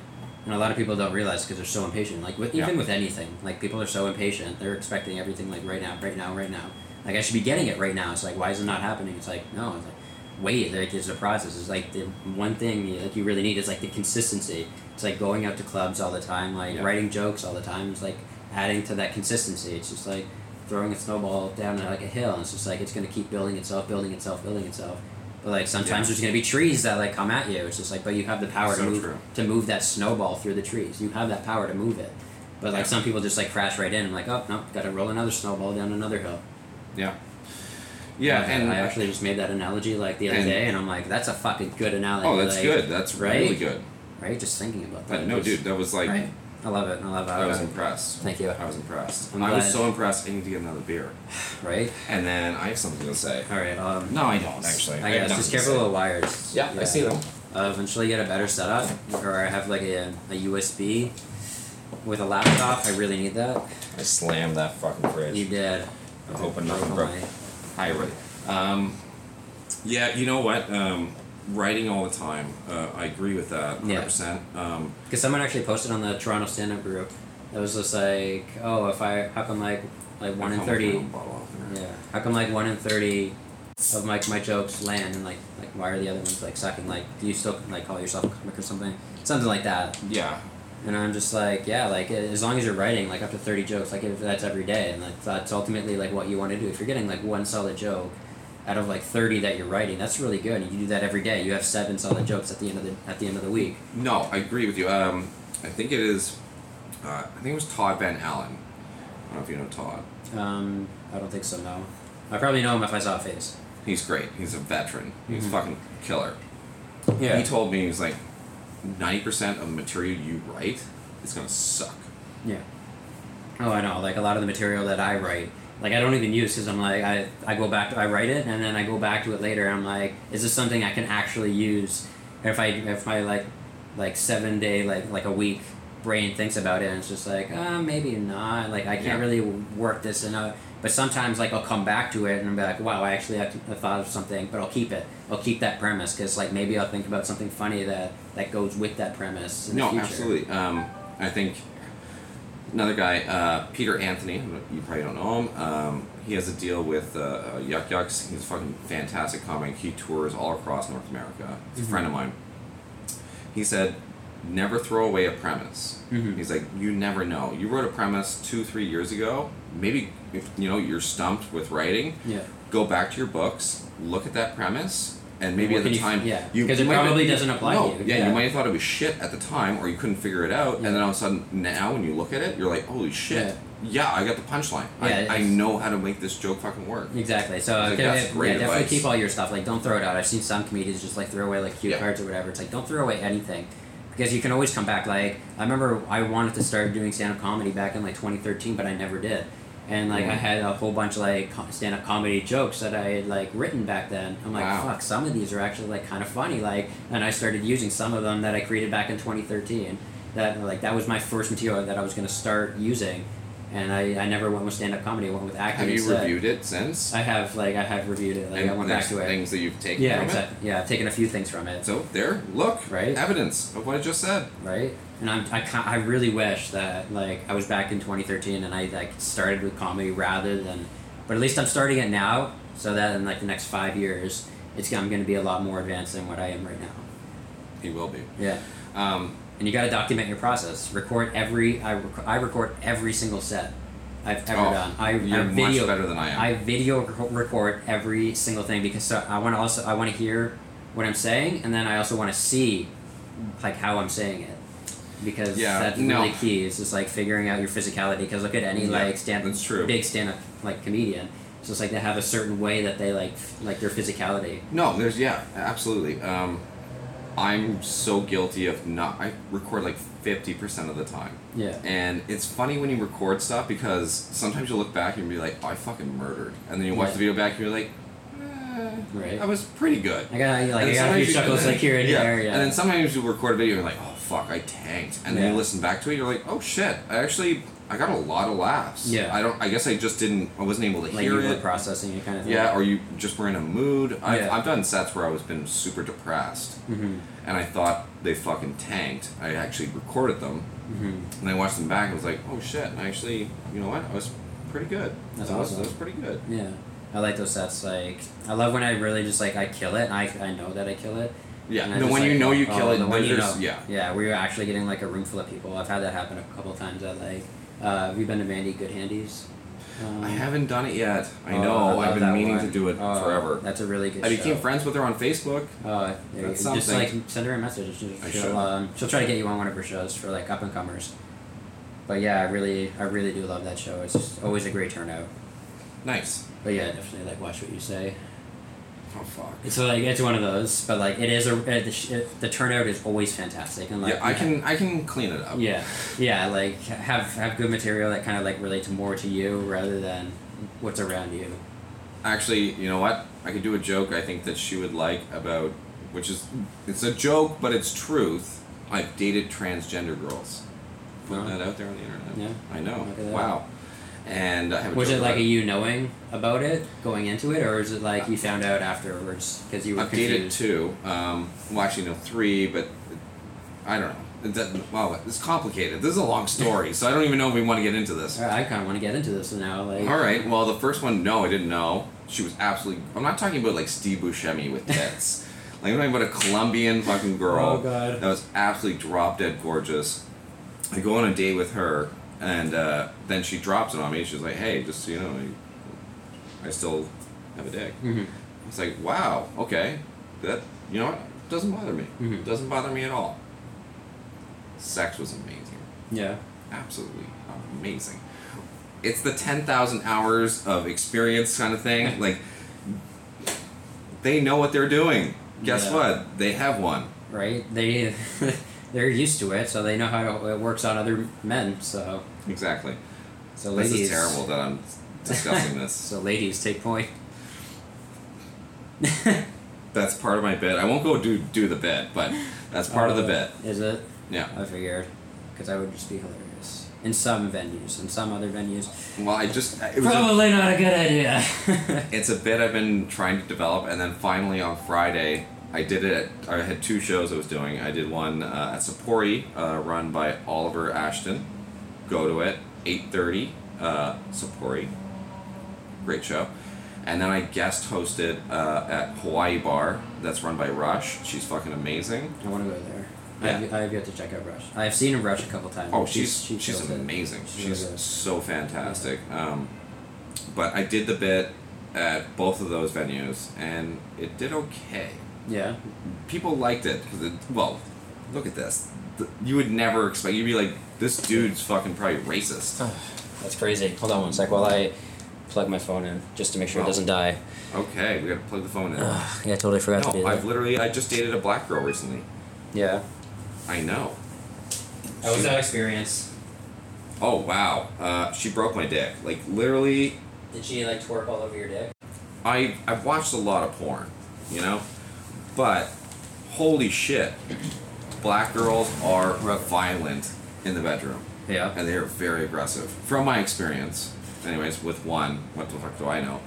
Speaker 1: And a lot of people don't realize because they're so impatient. Like with,
Speaker 2: Yeah.
Speaker 1: even with anything, like people are so impatient. They're expecting everything like right now, right now, right now. Like I should be getting it right now. It's like why is it not happening? It's like no. It's like wait. Like it's a process. It's like the one thing you, like you really need is like the consistency. It's like going out to clubs all the time, like
Speaker 2: Yeah.
Speaker 1: writing jokes all the time. It's like adding to that consistency. It's just like throwing a snowball down like a hill. And it's just like it's gonna keep building itself, building itself, building itself. But like sometimes
Speaker 2: Yeah.
Speaker 1: there's gonna be trees that like come at you. It's just like but you have the power power
Speaker 2: So
Speaker 1: to move
Speaker 2: true.
Speaker 1: to move that snowball through the trees. You have that power to move it. But like
Speaker 2: Yeah.
Speaker 1: some people just like crash right in and like, oh no, gotta roll another snowball down another hill.
Speaker 2: Yeah. Yeah, and
Speaker 1: I actually just made that analogy like the other
Speaker 2: and-
Speaker 1: day and I'm like, that's a fucking good analogy.
Speaker 2: Oh, that's
Speaker 1: like,
Speaker 2: good. That's
Speaker 1: right?
Speaker 2: really good.
Speaker 1: Right? Just thinking about that.
Speaker 2: But no,
Speaker 1: It's-
Speaker 2: dude, that was like
Speaker 1: right? I love it. I love
Speaker 2: I was
Speaker 1: how
Speaker 2: impressed.
Speaker 1: Thank you.
Speaker 2: I was impressed.
Speaker 1: I'm
Speaker 2: I was
Speaker 1: glad.
Speaker 2: so impressed. I need to get another beer.
Speaker 1: right?
Speaker 2: And then I have something to say.
Speaker 1: Alright, um
Speaker 2: No, I don't actually.
Speaker 1: I
Speaker 2: have
Speaker 1: guess just
Speaker 2: nothing to
Speaker 1: careful
Speaker 2: say.
Speaker 1: with wires.
Speaker 2: Yeah, I see them.
Speaker 1: Uh, eventually get a better setup or I have like a, a USB with a laptop. I really need that.
Speaker 3: I slammed that fucking fridge.
Speaker 1: You did. Oh
Speaker 3: I'm hoping nothing broke.
Speaker 1: my-
Speaker 2: Hi, everybody. Um, yeah, you know what? Um, writing all the time. Uh, I agree with that.
Speaker 1: Yeah.
Speaker 2: 100%. Um,
Speaker 1: Because someone actually posted on the Toronto stand up group that was just like, oh, if I, how come like, like one in
Speaker 2: I'll put my
Speaker 1: thirty,
Speaker 2: own bottle out there.
Speaker 1: yeah, how come like one in thirty of like my jokes land and like, like why are the other ones like sucking? Like, do you still like call yourself a comic or something? Something like that.
Speaker 2: Yeah.
Speaker 1: And I'm just like, yeah, like a- as long as you're writing like up to thirty jokes, like if that's every day, and like that's ultimately like what you want to do. If you're getting like one solid joke out of like thirty that you're writing, that's really good. And you do that every day. You have seven solid jokes at the end of the at the end of the week.
Speaker 2: No, I agree with you. Um, I think it is. Uh, I think it was Todd Van Allen. I don't know if you know Todd.
Speaker 1: Um, I don't think so. No, I probably know him if I saw a face.
Speaker 2: He's great. He's a veteran. He's
Speaker 1: Mhm.
Speaker 2: fucking killer. He told me he was like, ninety percent of the material you write is gonna suck.
Speaker 1: yeah. Oh, I know. Like a lot of the material that I write, like I don't even use because I'm like I I go back to I write it and then I go back to it later. and I'm like, is this something I can actually use? And if I if my like like seven day like like a week brain thinks about it and it's just like uh, maybe not like i can't
Speaker 2: Yeah.
Speaker 1: really work this in a but sometimes like i'll come back to it and i'll be like wow i actually have I thought of something but i'll keep it i'll keep that premise because like maybe i'll think about something funny that that goes with that premise in the
Speaker 2: no,
Speaker 1: future
Speaker 2: absolutely. Um, I think another guy, uh, Peter Anthony. You probably don't know him. Um, he has a deal with uh, uh, Yuck Yucks. He's a fucking fantastic comic. He tours all across North America.
Speaker 1: Mm-hmm.
Speaker 2: He's a friend of mine. He said, "Never throw away a premise."
Speaker 1: Mhm.
Speaker 2: He's like, "You never know. You wrote a premise two, three years ago. Maybe if you know you're stumped with writing,
Speaker 1: yeah
Speaker 2: go back to your books, look at that premise, and maybe
Speaker 1: What
Speaker 2: at the
Speaker 1: can you-
Speaker 2: time,
Speaker 1: yeah,
Speaker 2: you
Speaker 1: 'cause it
Speaker 2: might have-
Speaker 1: probably doesn't apply to
Speaker 2: no,
Speaker 1: you,
Speaker 2: Yeah,
Speaker 1: yeah.
Speaker 2: you might have thought it was shit at the time, or you couldn't figure it out,
Speaker 1: Yeah.
Speaker 2: and then all of a sudden, now when you look at it, you're like, holy shit, yeah, I got the punchline.
Speaker 1: Yeah,
Speaker 2: I, I
Speaker 1: it's-
Speaker 2: know how to make this joke fucking work.
Speaker 1: Exactly. So
Speaker 2: I
Speaker 1: uh,
Speaker 2: think
Speaker 1: yeah,
Speaker 2: that's great
Speaker 1: yeah, definitely
Speaker 2: advice.
Speaker 1: keep all your stuff. Like, don't throw it out. I've seen some comedians just like throw away like cue
Speaker 2: Yeah.
Speaker 1: cards or whatever. It's like don't throw away anything, because you can always come back. Like I remember I wanted to start doing stand up comedy back in like 2013, but I never did. And like I
Speaker 2: Mm.
Speaker 1: had a whole bunch of like stand up comedy jokes that I had like written back then. I'm like,
Speaker 2: Wow.
Speaker 1: fuck, some of these are actually like kind of funny. Like, and I started using some of them that I created back in 2013. That like that was my first material that I was gonna start using, and I, I never went with stand up comedy. I went with acting.
Speaker 2: Have you
Speaker 1: instead.
Speaker 2: reviewed it since?
Speaker 1: I have like I have reviewed it. Like
Speaker 2: and
Speaker 1: I went
Speaker 2: there's
Speaker 1: back to it.
Speaker 2: Things that you've taken
Speaker 1: yeah,
Speaker 2: from
Speaker 1: exactly. Yeah, I've taken a few things from
Speaker 2: it.
Speaker 1: it.
Speaker 2: So there, look,
Speaker 1: Right.
Speaker 2: evidence of what I just said.
Speaker 1: Right, and I'm I, ca- I really wish that like I was back in 2013 and I like started with comedy rather than, but at least I'm starting it now so that in like the next five years it's I'm going to be a lot more advanced than what I am right now.
Speaker 2: He will be.
Speaker 1: Yeah,
Speaker 2: Um,
Speaker 1: and you got to document your process. Record every I rec- I record every single set I've ever
Speaker 2: oh,
Speaker 1: done. I
Speaker 2: you're
Speaker 1: I
Speaker 2: much
Speaker 1: video
Speaker 2: better than I am.
Speaker 1: I video rec- record every single thing because so I want to also I want to hear what I'm saying, and then I also want to see like how I'm saying it because
Speaker 2: Yeah,
Speaker 1: that's
Speaker 2: no.
Speaker 1: really key. It's just like figuring out your physicality. Because look at any
Speaker 2: Yeah,
Speaker 1: like stand
Speaker 2: that's true.
Speaker 1: big stand up like comedian. It's just like they have a certain way that they like f- like their physicality.
Speaker 2: No, there's yeah, absolutely. Um, I'm so guilty of not. I record like fifty percent of the time,
Speaker 1: Yeah.
Speaker 2: and it's funny when you record stuff because sometimes you look back and be like, oh, "I fucking murdered," and then you watch
Speaker 1: Yeah.
Speaker 2: the video back and you're like, eh,
Speaker 1: Right.
Speaker 2: "I was pretty good."
Speaker 1: I got like
Speaker 2: And
Speaker 1: I
Speaker 2: then
Speaker 1: got a
Speaker 2: sometimes
Speaker 1: few
Speaker 2: you-
Speaker 1: chuckles like here and
Speaker 2: yeah.
Speaker 1: there. Yeah.
Speaker 2: And then sometimes you record a video and you're like, "Oh fuck, I tanked," and then
Speaker 1: Yeah.
Speaker 2: you listen back to it, you're like, "Oh shit, I actually." I got a lot of laughs.
Speaker 1: Yeah.
Speaker 2: I don't. I guess I just didn't. I wasn't able to
Speaker 1: like
Speaker 2: hear
Speaker 1: you were
Speaker 2: it.
Speaker 1: processing it kind of thing.
Speaker 2: Yeah, or you just were in a mood. I've,
Speaker 1: Yeah.
Speaker 2: I've done sets where I was been super depressed,
Speaker 1: Mm-hmm.
Speaker 2: and I thought they fucking tanked. I actually recorded them,
Speaker 1: Mm-hmm.
Speaker 2: and I watched them back. and was like, oh shit! And I actually, you know what? I was pretty good.
Speaker 1: That's
Speaker 2: that Was,
Speaker 1: awesome.
Speaker 2: that was pretty good.
Speaker 1: Yeah. I like those sets. Like I love when I really just like I kill it. And I I know that I kill it.
Speaker 2: Yeah,
Speaker 1: And I
Speaker 2: the
Speaker 1: just,
Speaker 2: one
Speaker 1: like,
Speaker 2: you know you
Speaker 1: oh,
Speaker 2: kill it.
Speaker 1: The one
Speaker 2: then
Speaker 1: you know.
Speaker 2: there's- Yeah.
Speaker 1: Yeah, we were actually getting like a room full of people. I've had that happen a couple times. At like, uh, have you been to Mandy Good Handies? Um,
Speaker 2: I haven't done it yet. I
Speaker 1: oh,
Speaker 2: know.
Speaker 1: love
Speaker 2: I've been
Speaker 1: that
Speaker 2: meaning
Speaker 1: one.
Speaker 2: to do it
Speaker 1: Oh,
Speaker 2: forever.
Speaker 1: That's a really good.
Speaker 2: I
Speaker 1: show.
Speaker 2: became friends with her on Facebook.
Speaker 1: Uh, there you
Speaker 2: That's
Speaker 1: go. just like
Speaker 2: something.
Speaker 1: send her a message. She'll,
Speaker 2: I should.
Speaker 1: she'll, um, she'll try to get you on one of her shows for like up and comers. But yeah, I really, I really do love that show. It's just always a great turnout.
Speaker 2: Nice.
Speaker 1: But yeah, definitely like watch what you say.
Speaker 2: Oh fuck.
Speaker 1: So like it's one of those, but like it is a uh, the, sh- it, the turnout is always fantastic and like
Speaker 2: yeah, I can I can clean it up.
Speaker 1: Yeah, yeah. Like have have good material that kind of like relates more to you rather than what's around you.
Speaker 2: Actually, you know what? I could do a joke I think that she would like about, which is, it's a joke, but it's truth. I've dated transgender girls. Putting
Speaker 1: Oh.
Speaker 2: that out there on the internet.
Speaker 1: Yeah.
Speaker 2: I know.
Speaker 1: Look at that.
Speaker 2: Wow. And I have a
Speaker 1: Was
Speaker 2: joke
Speaker 1: it like
Speaker 2: about
Speaker 1: a you knowing about it going into it, or is it like you found out afterwards because you were
Speaker 2: I've dated
Speaker 1: confused?
Speaker 2: two. Um, well, actually, no, three, but I don't know. It doesn't, well, it's complicated. This is a long story, so I don't even know if we want to get into this.
Speaker 1: All right, I kind of want to get into this now. Like
Speaker 2: All right. Well, the first one, no, I didn't know. She was absolutely. I'm not talking about like Steve Buscemi with
Speaker 1: [LAUGHS]
Speaker 2: tits. like I'm talking about a Colombian fucking girl.
Speaker 1: Oh, God.
Speaker 2: That was absolutely drop dead gorgeous. I go on a date with her, and uh, then she drops it on me. She's like, "Hey, just so you know, I, I still have a dick."
Speaker 1: Mhm.
Speaker 2: It's like, wow, okay, that you know what doesn't bother me.
Speaker 1: Mhm.
Speaker 2: Doesn't bother me at all. Sex was amazing
Speaker 1: Yeah.
Speaker 2: absolutely amazing. It's the 10,000 hours of experience kind of thing. like, they know what they're doing. Guess
Speaker 1: Yeah.
Speaker 2: what? They have one.
Speaker 1: Right. They [LAUGHS] they're used to it, so they know how it works on other men. So
Speaker 2: Exactly.
Speaker 1: so
Speaker 2: this
Speaker 1: ladies.
Speaker 2: is terrible that
Speaker 1: [LAUGHS]
Speaker 2: I'm discussing this.
Speaker 1: So ladies, take point.
Speaker 2: That's part of my bit. I won't go do do the bit, but that's [LAUGHS] part of the
Speaker 1: Uh,
Speaker 2: bit.
Speaker 1: Is it?
Speaker 2: Yeah.
Speaker 1: I figured, because I would just be hilarious in some venues, in some other venues.
Speaker 2: Well, I just it was a,
Speaker 1: Probably not a good idea. [LAUGHS]
Speaker 2: [LAUGHS] it's a bit I've been trying to develop, and then finally on Friday, I did it. At, I had two shows I was doing. I did one uh, at Sapori, uh, run by Oliver Ashton. Go to it, eight thirty, uh, Sapori. Great show. And then I guest hosted uh, at Hawaii Bar, that's run by Rush. She's fucking amazing.
Speaker 1: I want to go there.
Speaker 2: Yeah.
Speaker 1: I've, I've yet to check out Rush. I've seen Rush a couple times.
Speaker 2: Oh, she's
Speaker 1: she
Speaker 2: she's,
Speaker 1: kills it.
Speaker 2: amazing.
Speaker 1: She
Speaker 2: She's
Speaker 1: really is.
Speaker 2: so fantastic. Um, but I did the bit at both of those venues, and it did okay.
Speaker 1: Yeah.
Speaker 2: [SIGHS] people liked it 'cause it- well look at this Th- you would never expect you'd be like this dude's fucking probably racist
Speaker 1: That's crazy. Hold on one sec while I plug my phone in just to make
Speaker 2: sure it doesn't
Speaker 1: die.
Speaker 2: okay we gotta plug the phone in
Speaker 1: yeah, I totally forgot
Speaker 2: no i've literally i just dated a black girl recently
Speaker 1: Yeah.
Speaker 2: i know
Speaker 1: How was that experience?
Speaker 2: oh wow uh, she broke my dick like literally
Speaker 1: Did she like twerk all over your dick?
Speaker 2: I I've watched a lot of porn, you know, but holy shit, black girls are violent in the bedroom.
Speaker 1: Yeah.
Speaker 2: and they are very aggressive, from my experience. Anyways, with one, what the fuck do I know?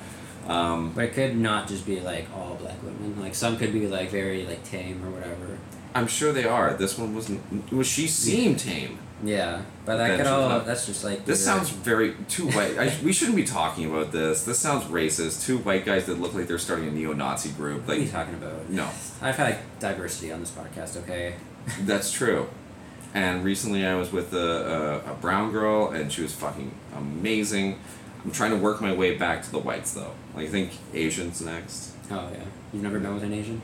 Speaker 2: Um,
Speaker 1: But it could not just be like all black women. Like some could be like very like tame or whatever.
Speaker 2: I'm sure they are. This one was was she seemed tame.
Speaker 1: Yeah, but that could
Speaker 2: Eventually.
Speaker 1: all. That's just like.
Speaker 2: This
Speaker 1: your-
Speaker 2: sounds very two white. I, we shouldn't be talking about this. This sounds racist. Two white guys that look like they're starting a neo-Nazi group.
Speaker 1: What are you
Speaker 2: Like
Speaker 1: talking about?
Speaker 2: no.
Speaker 1: I've had diversity on this podcast. Okay.
Speaker 2: That's true. And recently I was with a, a, a brown girl, and she was fucking amazing. I'm trying to work my way back to the whites, though. Like, I think Asian's next.
Speaker 1: Oh yeah. You've never been with an Asian.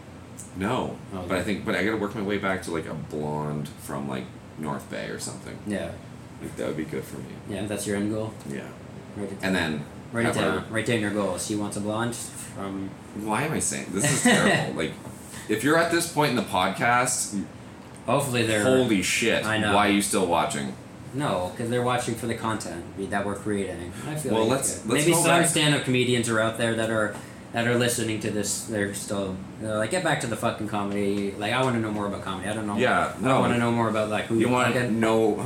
Speaker 2: No,
Speaker 1: Oh,
Speaker 2: but I
Speaker 1: okay.
Speaker 2: think but I gotta work my way back to like a blonde from like North Bay or something.
Speaker 1: Yeah.
Speaker 2: Like that would be good for me.
Speaker 1: Yeah, that's your end goal.
Speaker 2: Yeah.
Speaker 1: Write it
Speaker 2: And then
Speaker 1: Write it
Speaker 2: have
Speaker 1: down. Write down your goals. He wants a blonde from.
Speaker 2: Why am I saying this
Speaker 1: [LAUGHS]
Speaker 2: is terrible? like, if you're at this point in the podcast,
Speaker 1: Hopefully they're.
Speaker 2: holy shit!
Speaker 1: I know.
Speaker 2: Why are you still watching?
Speaker 1: No, because they're watching for the content that we're creating. I feel
Speaker 2: Well,
Speaker 1: like
Speaker 2: let's-
Speaker 1: it's good.
Speaker 2: let's
Speaker 1: maybe
Speaker 2: go
Speaker 1: some
Speaker 2: back-
Speaker 1: stand-up comedians are out there that are that are listening to this. They're still they're like, get back to the fucking comedy. Like, I want to know more about comedy. I don't know.
Speaker 2: Yeah,
Speaker 1: I
Speaker 2: no.
Speaker 1: want to know more about like who
Speaker 2: You want to
Speaker 1: fucking- [LAUGHS]
Speaker 2: know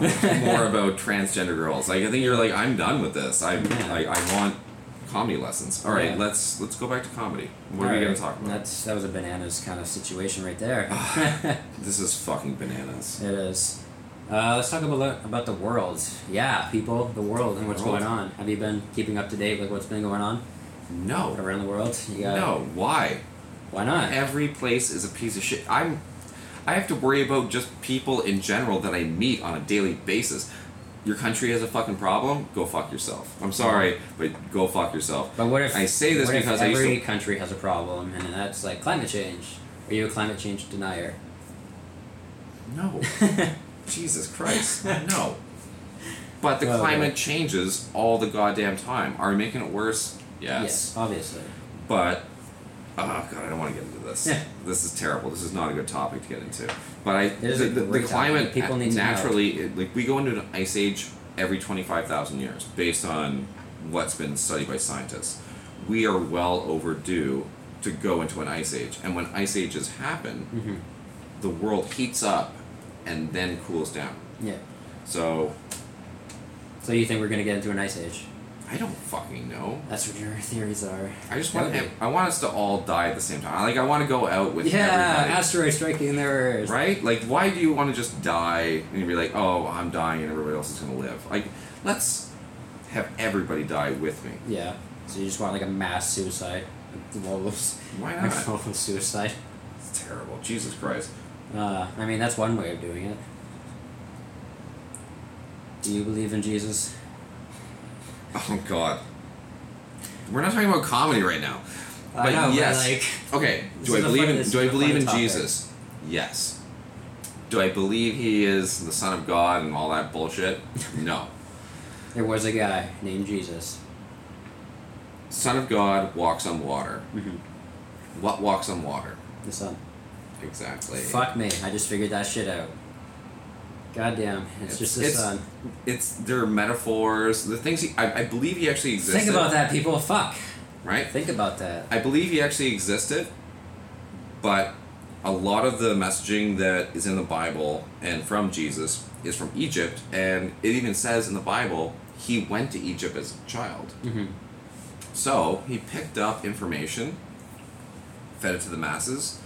Speaker 2: more about transgender girls? Like, I think you're like, I'm done with this. I
Speaker 1: Yeah.
Speaker 2: I, I want comedy lessons. All right,
Speaker 1: Yeah.
Speaker 2: let's let's go back to comedy. What are
Speaker 1: All
Speaker 2: we
Speaker 1: right,
Speaker 2: gonna talk about?
Speaker 1: That's that was a bananas kind of situation right
Speaker 2: [SIGHS]
Speaker 1: there. [LAUGHS]
Speaker 2: This is fucking bananas.
Speaker 1: It is. Uh, let's talk about about the world. Yeah, people, the world, and what's
Speaker 2: World.
Speaker 1: going on. Have you been keeping up to date with what's been going on
Speaker 2: No,
Speaker 1: around the world? You got,
Speaker 2: no. Why?
Speaker 1: Why not?
Speaker 2: Every place is a piece of shit. I'm. I have to worry about just people in general that I meet on a daily basis. Your country has a fucking problem. Go fuck yourself. I'm sorry, but go fuck yourself.
Speaker 1: But what if
Speaker 2: I say this
Speaker 1: what if
Speaker 2: because I used
Speaker 1: every
Speaker 2: to-
Speaker 1: country has a problem, and that's like climate change. Are you a climate change denier? [LAUGHS]
Speaker 2: No. Jesus
Speaker 1: [LAUGHS]
Speaker 2: Christ. No. But the
Speaker 1: Well,
Speaker 2: climate
Speaker 1: yeah.
Speaker 2: changes all the goddamn time. Are we making it worse? Yes.
Speaker 1: obviously.
Speaker 2: But oh god, I don't want to get into this.
Speaker 1: Yeah.
Speaker 2: This is terrible. This is not a good topic to get into. But I
Speaker 1: is
Speaker 2: the,
Speaker 1: a
Speaker 2: the, the
Speaker 1: great topic.
Speaker 2: climate
Speaker 1: People need to know.
Speaker 2: naturally it- like we go into an ice age every twenty five thousand years based on what's been studied by scientists. We are well overdue to go into an ice age, and when ice ages happen,
Speaker 1: Mhm.
Speaker 2: the world heats up and then cools down.
Speaker 1: Yeah.
Speaker 2: So
Speaker 1: So you think we're gonna get into an ice age?
Speaker 2: I don't fucking know.
Speaker 1: That's what your theories are.
Speaker 2: I just
Speaker 1: That
Speaker 2: want
Speaker 1: would
Speaker 2: to. I want us to all die at the same time. Like I want to go out with
Speaker 1: be- Yeah,
Speaker 2: everybody.
Speaker 1: asteroid striking their Earth.
Speaker 2: Right? Like, why do you want to just die and be like, oh, I'm dying and everybody else is going to live? Like, let's have everybody die with me.
Speaker 1: Yeah. So you just want like a mass suicide, [LAUGHS] like [LAUGHS] wolves,
Speaker 2: Why
Speaker 1: like
Speaker 2: not?
Speaker 1: wolf suicide.
Speaker 2: it's terrible. Jesus Christ.
Speaker 1: Uh, I mean, that's one way of doing it. Do you believe in Jesus?
Speaker 2: Oh, God. We're not talking about comedy right now.
Speaker 1: I
Speaker 2: But
Speaker 1: know,
Speaker 2: Uh, yes.
Speaker 1: but like,
Speaker 2: Okay.
Speaker 1: This
Speaker 2: Do I
Speaker 1: is a
Speaker 2: believe
Speaker 1: fun-
Speaker 2: in
Speaker 1: this
Speaker 2: Do
Speaker 1: is
Speaker 2: I
Speaker 1: a
Speaker 2: believe
Speaker 1: fun
Speaker 2: in
Speaker 1: topic.
Speaker 2: Jesus? Yes. Do I believe he is the Son of God and all
Speaker 1: [LAUGHS]
Speaker 2: that bullshit? No.
Speaker 1: there was a guy named Jesus.
Speaker 2: Son of God walks on water.
Speaker 1: Mhm.
Speaker 2: What walks on water?
Speaker 1: The son.
Speaker 2: Exactly.
Speaker 1: Fuck me, I just figured that shit out. Goddamn, it's,
Speaker 2: It's-
Speaker 1: just the
Speaker 2: it's-
Speaker 1: sun.
Speaker 2: It's their metaphors. The things he, I, I believe he actually existed.
Speaker 1: Think about that, people. Fuck.
Speaker 2: Right.
Speaker 1: Think about that.
Speaker 2: I believe he actually existed, but a lot of the messaging that is in the Bible and from Jesus is from Egypt, and it even says in the Bible he went to Egypt as a child.
Speaker 1: Mhm.
Speaker 2: So he picked up information, fed it to the masses.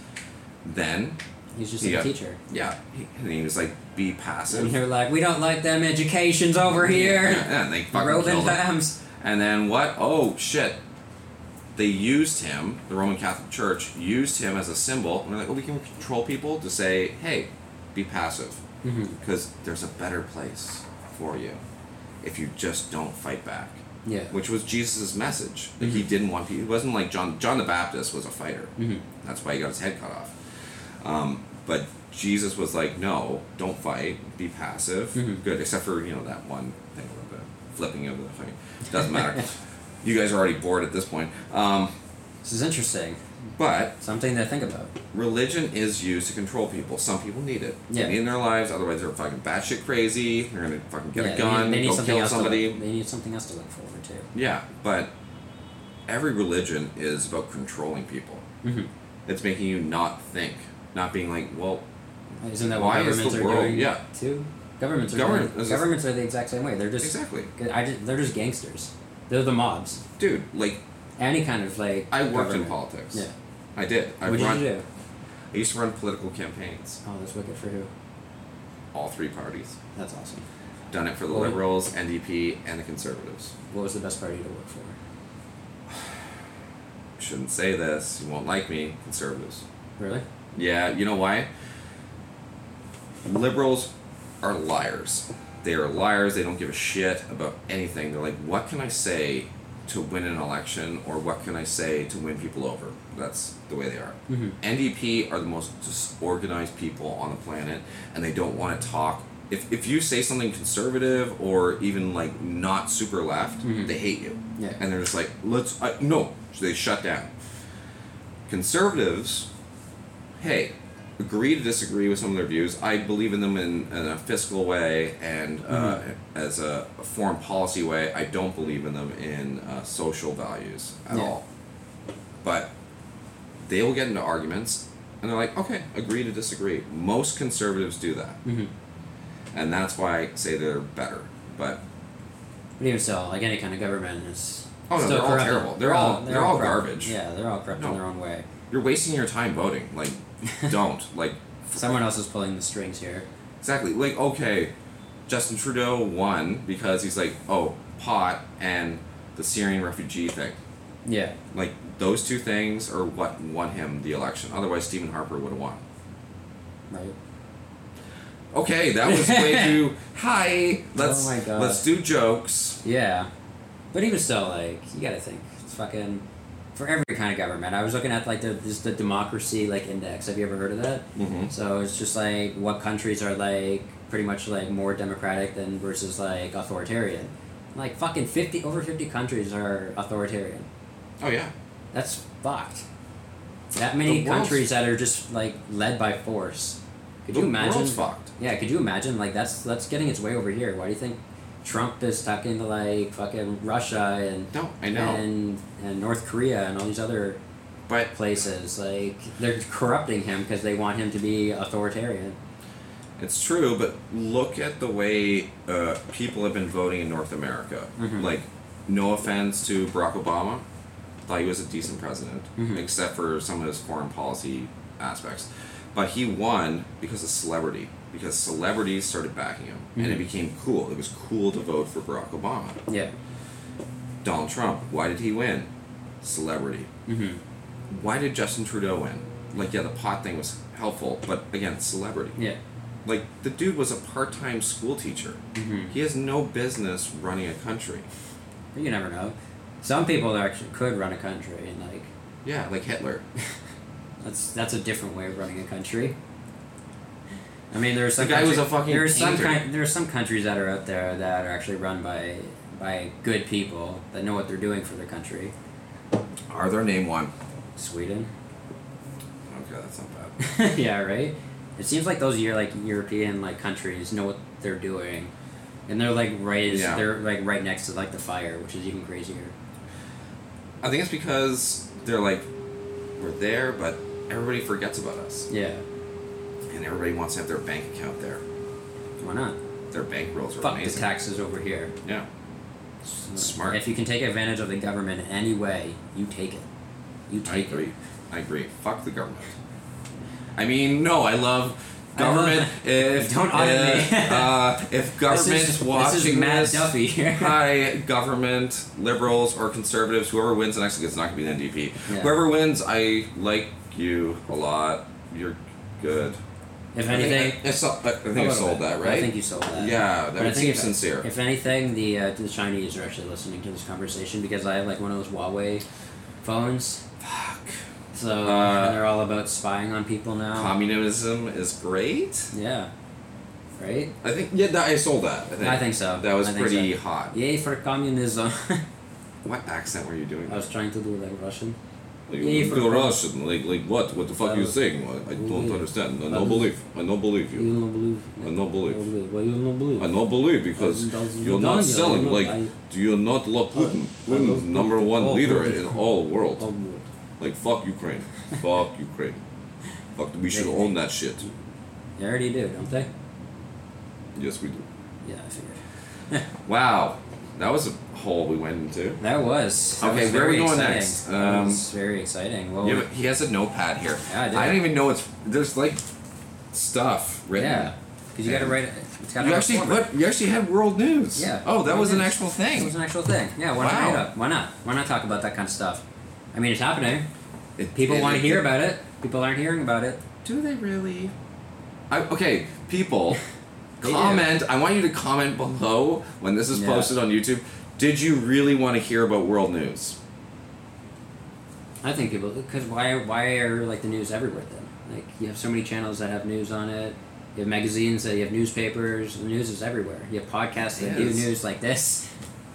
Speaker 2: Then,
Speaker 1: He's just
Speaker 2: Yeah.
Speaker 1: a teacher.
Speaker 2: yeah, he, and he was like, "Be passive."
Speaker 1: And they're like, we don't like them educations over here. [LAUGHS]
Speaker 2: Yeah, and they [LAUGHS] fucking
Speaker 1: Roman
Speaker 2: killed him.
Speaker 1: times.
Speaker 2: And then what? Oh shit. They used him, the Roman Catholic Church used him as a symbol. And they're like, oh, we can control people to say, hey, be passive.
Speaker 1: hmm
Speaker 2: Because there's a better place for you if you just don't fight back.
Speaker 1: Yeah.
Speaker 2: Which was Jesus' message. Like, he didn't want people. He wasn't like John. John the Baptist was a fighter.
Speaker 1: hmm
Speaker 2: That's why he got his head cut off. Um, but Jesus was like, no, don't fight, be passive.
Speaker 1: Mhm.
Speaker 2: Good, except for you know that one thing about the flipping of the thing. Doesn't
Speaker 1: [LAUGHS]
Speaker 2: matter. you guys are already bored at this point. Um,
Speaker 1: This is interesting.
Speaker 2: but
Speaker 1: Something to think about.
Speaker 2: religion is used to control people. Some people need it.
Speaker 1: Yeah.
Speaker 2: They need it in their lives. Otherwise, they're fucking batshit crazy. They're gonna fucking get
Speaker 1: Yeah,
Speaker 2: a gun,
Speaker 1: They need, they need
Speaker 2: go
Speaker 1: something
Speaker 2: kill
Speaker 1: else
Speaker 2: somebody.
Speaker 1: To look, they need something else to look forward to.
Speaker 2: Yeah, but every religion is about controlling people.
Speaker 1: Mm-hmm.
Speaker 2: It's making you not think, not being like, well,
Speaker 1: Isn't that
Speaker 2: Why
Speaker 1: what
Speaker 2: is the
Speaker 1: governments are
Speaker 2: world-
Speaker 1: doing
Speaker 2: yeah.
Speaker 1: too? Governments are
Speaker 2: Govern-
Speaker 1: doing,
Speaker 2: is this-
Speaker 1: governments are the exact same way. They're just
Speaker 2: exactly,
Speaker 1: I just, they're just gangsters. They're the mobs.
Speaker 2: dude. Like
Speaker 1: Any kind of like.
Speaker 2: I worked in
Speaker 1: government.
Speaker 2: politics.
Speaker 1: Yeah.
Speaker 2: I did. I
Speaker 1: what
Speaker 2: run,
Speaker 1: did you do?
Speaker 2: I used to run political campaigns,
Speaker 1: Oh, that's wicked for who?
Speaker 2: all three parties.
Speaker 1: That's awesome.
Speaker 2: Done it for the
Speaker 1: Well-
Speaker 2: Liberals, NDP, and the Conservatives.
Speaker 1: What was the best party to work for?
Speaker 2: Shouldn't say this. You won't like me, Conservatives.
Speaker 1: Really?
Speaker 2: Yeah, you know why? Liberals are liars. They are liars. They don't give a shit about anything. They're like, what can I say to win an election or what can I say to win people over. That's the way they are.
Speaker 1: Mhm.
Speaker 2: NDP are the most disorganized people on the planet, and they don't want to talk. If, if you say something conservative or even like not super left,
Speaker 1: Mhm.
Speaker 2: they hate you,
Speaker 1: Yeah.
Speaker 2: and they're just like, let's I, no. So they shut down. Conservatives, hey, agree to disagree with some of their views. I believe in them in, in a fiscal way and uh, as a, a foreign policy way. I don't believe in them in uh, social values at
Speaker 1: Yeah.
Speaker 2: all. But they will get into arguments and they're like, okay, agree to disagree. Most conservatives do that.
Speaker 1: Mhm.
Speaker 2: And that's why I say they're better. But
Speaker 1: But even so, like any kind of government is.
Speaker 2: Oh, no,
Speaker 1: still
Speaker 2: they're all
Speaker 1: corrupt.
Speaker 2: terrible. They're all- they're all
Speaker 1: corrupt.
Speaker 2: garbage.
Speaker 1: Yeah, they're all corrupt in
Speaker 2: No.
Speaker 1: their own way.
Speaker 2: you're wasting your time voting. Like, don't. Like,
Speaker 1: Someone else is pulling the strings here.
Speaker 2: Exactly. Like, okay, Justin Trudeau won because he's like, oh, pot and the Syrian refugee thing.
Speaker 1: Yeah.
Speaker 2: Like, those two things are what won him the election. Otherwise, Stephen Harper would have won.
Speaker 1: Right.
Speaker 2: Okay, that
Speaker 1: [LAUGHS]
Speaker 2: was way too. Hi, let's
Speaker 1: Oh my God.
Speaker 2: let's do jokes.
Speaker 1: Yeah. But even so, like you gotta think it's fucking for every kind of government. I was looking at like the this the democracy like index. Have you ever heard of that?
Speaker 2: Mm-hmm.
Speaker 1: So it's just like what countries are like pretty much like more democratic than versus like authoritarian. Like fucking fifty over fifty countries are authoritarian.
Speaker 2: Oh yeah,
Speaker 1: That's fucked. That many
Speaker 2: The world's-
Speaker 1: countries that are just like led by force. Could you
Speaker 2: The
Speaker 1: imagine?
Speaker 2: world's fucked.
Speaker 1: Yeah, could you imagine? Like that's that's getting its way over here. Why do you think Trump is stuck into like fucking Russia and
Speaker 2: No, I know,
Speaker 1: and and North Korea and all these other
Speaker 2: but
Speaker 1: places? Like they're corrupting him because they want him to be authoritarian.
Speaker 2: It's true, but look at the way uh, people have been voting in North America.
Speaker 1: Mhm.
Speaker 2: Like, no offense to Barack Obama, thought he was a decent president,
Speaker 1: Mhm.
Speaker 2: except for some of his foreign policy aspects. But he won because of celebrity, because celebrities started backing him, and it
Speaker 1: Mhm.
Speaker 2: became cool. It was cool to vote for Barack Obama.
Speaker 1: Yeah.
Speaker 2: Donald Trump, why did he win? Celebrity.
Speaker 1: Mm-hmm.
Speaker 2: Why did Justin Trudeau win? Like, yeah, the pot thing was helpful, but again, celebrity.
Speaker 1: Yeah.
Speaker 2: Like, the dude was a part time school teacher.
Speaker 1: Mm-hmm.
Speaker 2: He has no business running a country.
Speaker 1: You never know. Some people actually could run a country, and like
Speaker 2: Yeah, like Hitler. [LAUGHS]
Speaker 1: That's that's a different way of running a country. I mean, there's some
Speaker 2: The guy was
Speaker 1: country-
Speaker 2: a fucking
Speaker 1: there's some
Speaker 2: painter.
Speaker 1: coun- there's some countries that are out there that are actually run by by good people that know what they're doing for their country.
Speaker 2: Are there name one?
Speaker 1: Sweden. [LAUGHS]
Speaker 2: Okay, that's not bad.
Speaker 1: yeah, right. It seems like those year like European like countries know what they're doing, and they're like right as,
Speaker 2: Yeah.
Speaker 1: they're like right next to like the fire, which is even crazier.
Speaker 2: I think it's because they're like, we're there, but everybody forgets about us,
Speaker 1: Yeah.
Speaker 2: and everybody wants to have their bank account there.
Speaker 1: Why not?
Speaker 2: Their bank rolls are
Speaker 1: Fuck the
Speaker 2: amazing.
Speaker 1: taxes over here.
Speaker 2: yeah, Smart.
Speaker 1: If you can take advantage of the government in any way, you take it. You
Speaker 2: I
Speaker 1: take it.
Speaker 2: agree. I agree. Fuck the government. I mean, no, I love.
Speaker 1: I
Speaker 2: Government,
Speaker 1: [LAUGHS] love-
Speaker 2: if
Speaker 1: Don't audit
Speaker 2: if,
Speaker 1: me.
Speaker 2: uh, if
Speaker 1: [LAUGHS]
Speaker 2: government's
Speaker 1: this is,
Speaker 2: watching
Speaker 1: this is Matt
Speaker 2: this,
Speaker 1: Duffy
Speaker 2: [LAUGHS]
Speaker 1: here.
Speaker 2: Hi, government, liberals, or conservatives, whoever wins the next it's not going to be the NDP.
Speaker 1: Yeah.
Speaker 2: Whoever wins, I like you a lot. You're good.
Speaker 1: If
Speaker 2: I think
Speaker 1: anything,
Speaker 2: I, I, sol- I- I think I
Speaker 1: Hold on a
Speaker 2: sold
Speaker 1: minute.
Speaker 2: that, right?
Speaker 1: I think you sold that.
Speaker 2: yeah, that
Speaker 1: But I
Speaker 2: would
Speaker 1: think
Speaker 2: seem
Speaker 1: if-
Speaker 2: sincere.
Speaker 1: If anything, the uh, the Chinese are actually listening to this conversation because I have like one of those Huawei phones,
Speaker 2: Fuck.
Speaker 1: so
Speaker 2: Uh,
Speaker 1: they're all about spying on people now.
Speaker 2: Communism is great.
Speaker 1: yeah, right.
Speaker 2: I think yeah, that, I sold that. I think,
Speaker 1: I think so.
Speaker 2: that was
Speaker 1: I think
Speaker 2: pretty
Speaker 1: so.
Speaker 2: hot.
Speaker 1: Yay for communism! [LAUGHS]
Speaker 2: What accent were you doing?
Speaker 1: I was trying to do like Russian.
Speaker 2: Like,
Speaker 1: Yay
Speaker 2: you're
Speaker 1: Uh, E for-
Speaker 2: Russian. Like, like what? What the fuck are you
Speaker 1: Uh,
Speaker 2: saying? I, I don't
Speaker 1: believe-
Speaker 2: understand. I
Speaker 1: uh,
Speaker 2: don't believe. I don't believe
Speaker 1: You
Speaker 2: you.
Speaker 1: don't believe.
Speaker 2: I don't believe.
Speaker 1: Why you don't believe?
Speaker 2: I don't believe because
Speaker 1: Doesn't-
Speaker 2: you're not
Speaker 1: doesn't-
Speaker 2: selling
Speaker 1: I-
Speaker 2: like you're not love Putin,
Speaker 1: I love
Speaker 2: Putin's number
Speaker 1: Putin.
Speaker 2: one
Speaker 1: Oh,
Speaker 2: leader
Speaker 1: Putin.
Speaker 2: in all world.
Speaker 1: Don't-
Speaker 2: Like fuck Ukraine, fuck Ukraine, fuck. We should
Speaker 1: They-
Speaker 2: own that shit.
Speaker 1: They already do, don't they?
Speaker 2: Yes, we do.
Speaker 1: Yeah, I figured.
Speaker 2: Wow, that was a hole we went into.
Speaker 1: That was. That
Speaker 2: Okay,
Speaker 1: was
Speaker 2: where are
Speaker 1: very
Speaker 2: we going
Speaker 1: exciting.
Speaker 2: next?
Speaker 1: That
Speaker 2: Um,
Speaker 1: was very exciting. Well,
Speaker 2: Yeah, but he has a notepad here.
Speaker 1: Oh. Yeah, I did.
Speaker 2: don't even know it's there's like stuff written.
Speaker 1: yeah, because you got to
Speaker 2: And
Speaker 1: write. it- It's got
Speaker 2: You actually put, you actually had world news.
Speaker 1: Yeah.
Speaker 2: Oh, that
Speaker 1: World
Speaker 2: was an
Speaker 1: news.
Speaker 2: actual
Speaker 1: It
Speaker 2: thing.
Speaker 1: was an actual thing. Yeah. Why
Speaker 2: Wow.
Speaker 1: not? write up? Why not? Why not talk about that kind of stuff? I mean, it's happening.
Speaker 2: It-
Speaker 1: People
Speaker 2: it-
Speaker 1: want to
Speaker 2: it-
Speaker 1: hear about it. People aren't hearing about it.
Speaker 2: Do they really? I, okay, people,
Speaker 1: [LAUGHS] They do.
Speaker 2: comment. I want you to comment below when this is
Speaker 1: Yeah.
Speaker 2: posted on YouTube. Did you really want to hear about world news?
Speaker 1: I think people because why why are like the news everywhere then? Like you have so many channels that have news on it. You have magazines that you have newspapers. The news is everywhere. You have podcasts that do
Speaker 2: Yes.
Speaker 1: news like this.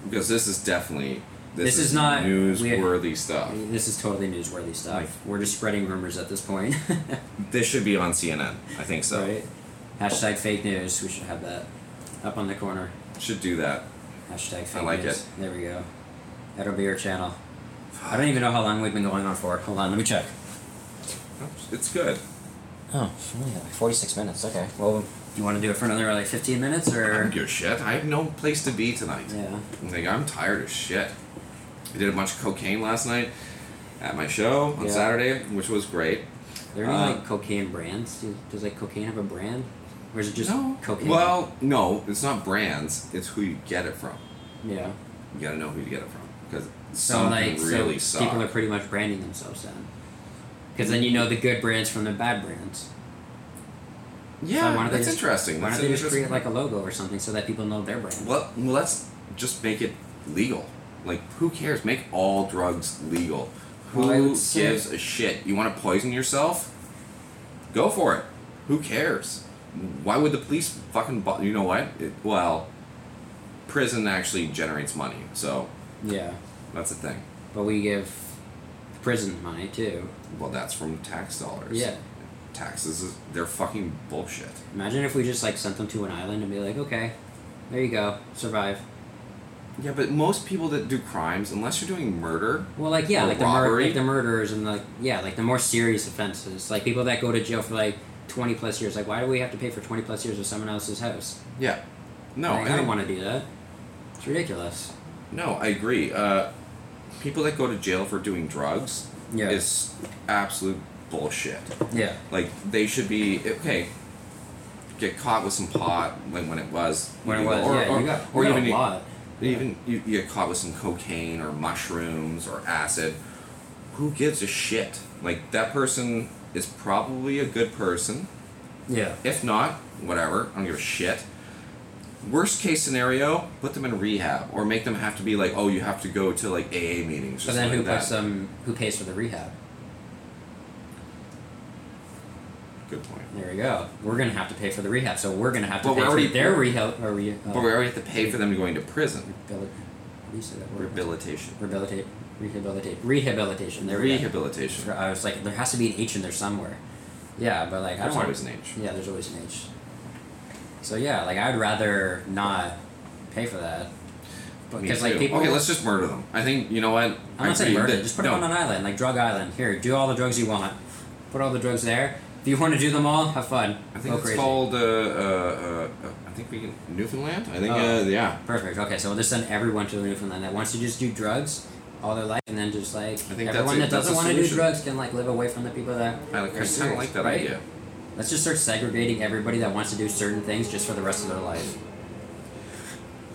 Speaker 2: Because this is definitely this,
Speaker 1: This is not-
Speaker 2: newsworthy
Speaker 1: I
Speaker 2: stuff.
Speaker 1: mean, this is totally newsworthy stuff. We're just spreading rumors at this point. [LAUGHS]
Speaker 2: This should be on CNN. I think so.
Speaker 1: right? Hashtag fake news. We should have that up on the corner.
Speaker 2: Should do that.
Speaker 1: Hashtag fake
Speaker 2: like
Speaker 1: news.
Speaker 2: it.
Speaker 1: There we go. That'll be our channel. I don't even know how long we've been going on for. Hold on, let me check.
Speaker 2: It's good.
Speaker 1: Oh, only like forty-six minutes. Okay. Well, you want to do it for another like fifteen minutes
Speaker 2: I
Speaker 1: or?
Speaker 2: don't give a shit. I have no place to be tonight.
Speaker 1: Yeah.
Speaker 2: Like I'm tired as shit. I did a bunch of cocaine last night at my show on
Speaker 1: Yeah.
Speaker 2: Saturday, which was great.
Speaker 1: Are there any
Speaker 2: Uh,
Speaker 1: like cocaine brands? Do, does like cocaine have a brand, or is it just
Speaker 2: no.
Speaker 1: cocaine?
Speaker 2: Well, no, it's not brands. It's who you get it from.
Speaker 1: yeah.
Speaker 2: You gotta know who you get it from because
Speaker 1: So
Speaker 2: some
Speaker 1: like,
Speaker 2: really
Speaker 1: so
Speaker 2: suck.
Speaker 1: people are pretty much branding themselves then, because then you know the good brands from the bad brands.
Speaker 2: yeah,
Speaker 1: so why don't they
Speaker 2: that's
Speaker 1: just-
Speaker 2: interesting.
Speaker 1: Why
Speaker 2: That's
Speaker 1: don't they just
Speaker 2: interesting.
Speaker 1: create like a logo or something so that people know their brand?
Speaker 2: Well, well, let's just make it legal. Like, who cares? Make all drugs legal. Who
Speaker 1: Well, I would say-
Speaker 2: gives a shit? You want to poison yourself? Go for it. Who cares? Why would the police fucking? Bo- you know what? It, well, prison actually generates money, so
Speaker 1: Yeah,
Speaker 2: that's the thing.
Speaker 1: but we give prison money too.
Speaker 2: Well, that's from tax dollars.
Speaker 1: Yeah.
Speaker 2: Taxes, is- they're fucking bullshit.
Speaker 1: Imagine if we just like sent them to an island and be like, okay, there you go, survive.
Speaker 2: Yeah, but most people that do crimes, unless you're doing murder,
Speaker 1: Well, like yeah,
Speaker 2: Or
Speaker 1: like the mur-
Speaker 2: robbery.
Speaker 1: like the murderers and like yeah, like the more serious offenses, like people that go to jail for like twenty plus years. Like, why do we have to pay for twenty plus years of someone else's house?
Speaker 2: yeah. No,
Speaker 1: Like,
Speaker 2: I
Speaker 1: I
Speaker 2: think-
Speaker 1: don't want to do that. It's ridiculous.
Speaker 2: No, I agree. Uh, people that go to jail for doing drugs
Speaker 1: Yeah.
Speaker 2: is absolute bullshit.
Speaker 1: Yeah.
Speaker 2: Like they should be okay. Get caught with some pot when, when it was
Speaker 1: When it
Speaker 2: legal,
Speaker 1: was,
Speaker 2: or,
Speaker 1: yeah,
Speaker 2: or,
Speaker 1: you got,
Speaker 2: or
Speaker 1: you got
Speaker 2: even
Speaker 1: a lot.
Speaker 2: You, even you, you get caught with some cocaine or mushrooms or acid. Who gives a shit? Like that person is probably a good person.
Speaker 1: Yeah.
Speaker 2: If not, whatever. I don't give a shit. Worst case scenario, put them in rehab or make them have to be like, oh, you have to go to like AA meetings. Or
Speaker 1: But then
Speaker 2: something
Speaker 1: who
Speaker 2: like
Speaker 1: puts
Speaker 2: that.
Speaker 1: them? Who pays for the rehab?
Speaker 2: Good point.
Speaker 1: There we go. We're gonna have to pay for the rehab, so we're gonna have to
Speaker 2: But
Speaker 1: pay
Speaker 2: we're
Speaker 1: for
Speaker 2: already-
Speaker 1: their rehab or re- uh,
Speaker 2: But we already have to pay for them going to prison.
Speaker 1: rehabil- how do you say that word?
Speaker 2: Rehabilitation.
Speaker 1: Rehabilitate. Rehabilitate. Rehabilitation. There we go.
Speaker 2: Rehabilitation.
Speaker 1: I was like, there has to be an H in there somewhere. Yeah, but like I
Speaker 2: There's
Speaker 1: don't want
Speaker 2: always an H.
Speaker 1: Yeah, there's always an H. So yeah, like I'd rather not pay for that.
Speaker 2: Me
Speaker 1: Because like
Speaker 2: too.
Speaker 1: people,
Speaker 2: Okay, let's just murder them. I think you know what.
Speaker 1: I'm
Speaker 2: I
Speaker 1: not saying
Speaker 2: agree
Speaker 1: murder.
Speaker 2: that-
Speaker 1: Just put
Speaker 2: no,
Speaker 1: them on an island, like drug island. Here, do all the drugs you want. Put all the drugs there. If you want to do them all, have fun.
Speaker 2: I think
Speaker 1: Go
Speaker 2: it's
Speaker 1: Oh, crazy.
Speaker 2: called. Uh, uh, uh, uh, I think we can Newfoundland. I think.
Speaker 1: Oh.
Speaker 2: Uh, yeah.
Speaker 1: Perfect. Okay, so we'll just send everyone to Newfoundland that wants to just do drugs all their life, and then just like
Speaker 2: think that's
Speaker 1: everyone
Speaker 2: it.
Speaker 1: that
Speaker 2: That's
Speaker 1: doesn't
Speaker 2: the
Speaker 1: want to do
Speaker 2: solution.
Speaker 1: drugs can like live away from the people that.
Speaker 2: I like. I
Speaker 1: are
Speaker 2: kind of
Speaker 1: serious,
Speaker 2: like that
Speaker 1: right?
Speaker 2: idea.
Speaker 1: Let's just start segregating everybody that wants to do certain things just for the rest of their life.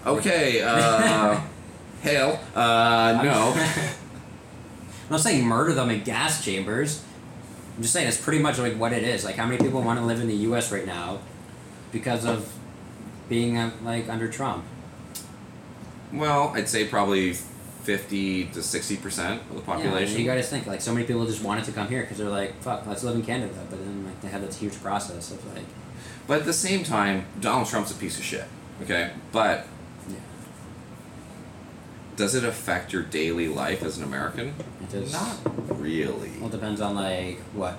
Speaker 2: Okay. [LAUGHS] Uh, hail. Uh, no.
Speaker 1: [LAUGHS] I'm not saying murder them in gas chambers. I'm just saying it's pretty much like what it is. Like how many people want to live in the U.S. right now because of being uh, like under Trump?
Speaker 2: [LAUGHS] Well, I'd say probably fifty to sixty percent of the
Speaker 1: Yeah,
Speaker 2: population.
Speaker 1: you guys think like so many people just wanted to come here because they're like, "Fuck, let's live in Canada," but then like they have this huge process of like,
Speaker 2: but at the same time, Donald Trump's a piece of shit. Okay, but
Speaker 1: yeah,
Speaker 2: does it affect your daily life as an American?
Speaker 1: it just
Speaker 2: Not really.
Speaker 1: well depends on like what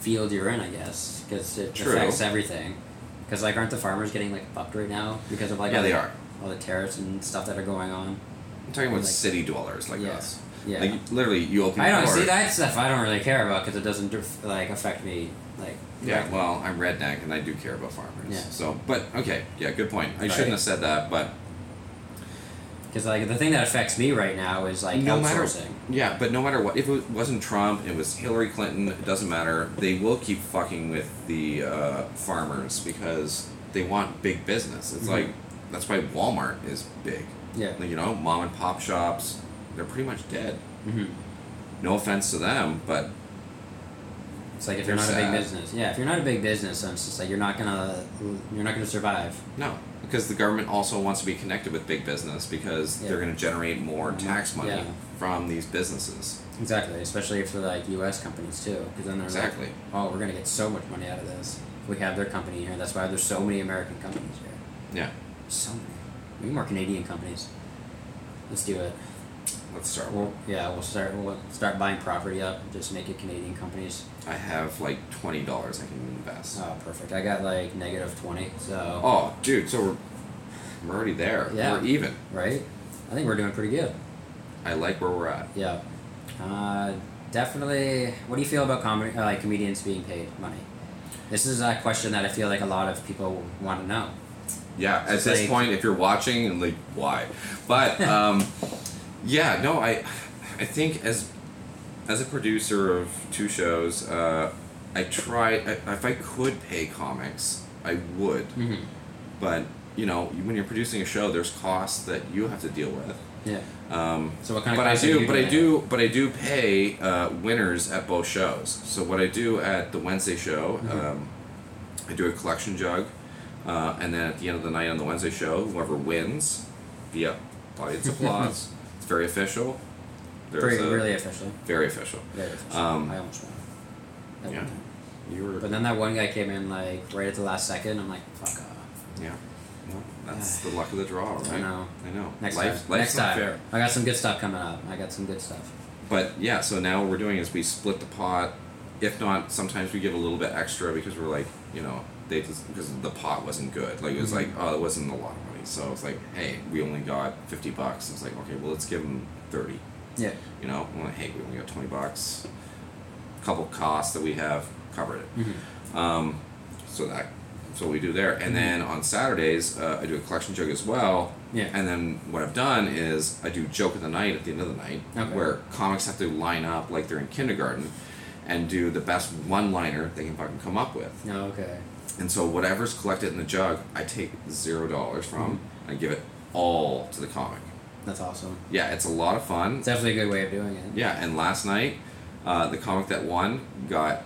Speaker 1: field you're in, I guess, because it
Speaker 2: True.
Speaker 1: affects everything. Because like, aren't the farmers getting like fucked right now because of like
Speaker 2: yeah,
Speaker 1: all
Speaker 2: they
Speaker 1: the-
Speaker 2: are.
Speaker 1: all the tariffs and stuff that are going on?
Speaker 2: I'm talking about
Speaker 1: Like-
Speaker 2: city dwellers like
Speaker 1: Yeah.
Speaker 2: us.
Speaker 1: Yeah,
Speaker 2: Like literally, you open.
Speaker 1: I
Speaker 2: your
Speaker 1: don't
Speaker 2: door,
Speaker 1: see that stuff. I don't really care about because it doesn't def- like affect me like.
Speaker 2: Yeah,
Speaker 1: directly.
Speaker 2: well, I'm redneck and I do care about farmers.
Speaker 1: Yeah.
Speaker 2: So, but okay, yeah, good point. I
Speaker 1: Right.
Speaker 2: shouldn't have said that, but
Speaker 1: Because like the thing that affects me right now is like
Speaker 2: No matter-
Speaker 1: outsourcing.
Speaker 2: yeah, but no matter what, if it wasn't Trump, it was Hillary Clinton. It doesn't matter. They will keep fucking with the uh, farmers because they want big business. It's
Speaker 1: Mhm.
Speaker 2: like that's why Walmart is big.
Speaker 1: Yeah.
Speaker 2: Like, you know, mom and pop shops, Mm-hmm. they're pretty much dead.
Speaker 1: hmm
Speaker 2: No offense to them, but
Speaker 1: It's like if
Speaker 2: They're
Speaker 1: you're not a
Speaker 2: sad.
Speaker 1: big business, yeah. If you're not a big business, then it's just like you're not gonna you're not gonna survive.
Speaker 2: No, because the government also wants to be connected with big business because
Speaker 1: Yeah. Mm-hmm.
Speaker 2: they're going to generate more tax money
Speaker 1: Yeah.
Speaker 2: from these businesses.
Speaker 1: Exactly, especially for like U.S. companies too, because then they're
Speaker 2: Exactly.
Speaker 1: like, oh, we're gonna get so much money out of this. We have their company here. That's why there's so many American companies here.
Speaker 2: Yeah,
Speaker 1: So many. We need more Canadian companies. Let's do it.
Speaker 2: let's start.
Speaker 1: We'll, yeah, we'll start. We'll start buying property up. Just make it Canadian companies.
Speaker 2: I have like twenty dollars I can invest.
Speaker 1: Oh, perfect. I got like negative twenty. So
Speaker 2: Oh, dude, so we're, we're already there.
Speaker 1: Yeah.
Speaker 2: We're even.
Speaker 1: right, I think we're doing pretty good.
Speaker 2: I like where we're at.
Speaker 1: Yeah. Uh, definitely. What do you feel about comedy, uh, like comedians being paid money? This is a question that I feel like a lot of people want to know.
Speaker 2: Yeah, at
Speaker 1: It's
Speaker 2: this
Speaker 1: like-
Speaker 2: point, if you're watching, and like, why?
Speaker 1: [LAUGHS]
Speaker 2: But um, yeah, no, I, I think as, as a producer of two shows, uh, I try. I, if I could pay comics, I would.
Speaker 1: Mm-hmm.
Speaker 2: But you know, when you're producing a show, there's costs that you have to deal with.
Speaker 1: Yeah.
Speaker 2: Um,
Speaker 1: So what kind of
Speaker 2: but I
Speaker 1: costs are
Speaker 2: do,
Speaker 1: you
Speaker 2: but I
Speaker 1: doing?
Speaker 2: do, but I do pay uh, winners at both shows. So what I do at the Wednesday show,
Speaker 1: Mm-hmm.
Speaker 2: um, I do a collection jug, uh, and then at the end of the night on the Wednesday show, whoever wins, via
Speaker 1: [LAUGHS]
Speaker 2: audience applause. It's very official. There's
Speaker 1: Pretty,
Speaker 2: a-
Speaker 1: really official.
Speaker 2: very official.
Speaker 1: Very official.
Speaker 2: Um,
Speaker 1: I almost won. That
Speaker 2: yeah.
Speaker 1: one time.
Speaker 2: You were,
Speaker 1: But then that one guy came in like right at the last second. I'm like, fuck off.
Speaker 2: yeah. Well,
Speaker 1: [SIGHS]
Speaker 2: that's the luck of the draw, right?
Speaker 1: I know.
Speaker 2: I know.
Speaker 1: Next
Speaker 2: Life-
Speaker 1: time. Next
Speaker 2: Life's not
Speaker 1: time.
Speaker 2: fair.
Speaker 1: I got some good stuff coming up. I got some good stuff.
Speaker 2: But yeah, so now what we're doing is we split the pot. If not, sometimes we give a little bit extra because we're like, you know, they just because the pot wasn't good. Like it was like, oh, it wasn't a lot of money. So it's like, hey, we only got fifty bucks. It's like, okay, well, let's give them thirty.
Speaker 1: Yeah.
Speaker 2: You know, We're like, hey, we only got twenty bucks. Couple costs that we have covered it.
Speaker 1: Mm-hmm.
Speaker 2: Um, so that, so we do there. And then on Saturdays, uh, I do a collection jug as well.
Speaker 1: Yeah.
Speaker 2: And then what I've done is I do joke of the night at the end of the night,
Speaker 1: Okay.
Speaker 2: where comics have to line up like they're in kindergarten, and do the best one liner they can fucking come up with.
Speaker 1: No. Okay.
Speaker 2: And so whatever's collected in the jug, I take zero dollars from
Speaker 1: Mm-hmm.
Speaker 2: and I give it all to the comic.
Speaker 1: That's awesome.
Speaker 2: Yeah, it's a lot of fun.
Speaker 1: It's definitely a good way of doing it.
Speaker 2: Yeah, and last night, uh, the comic that won got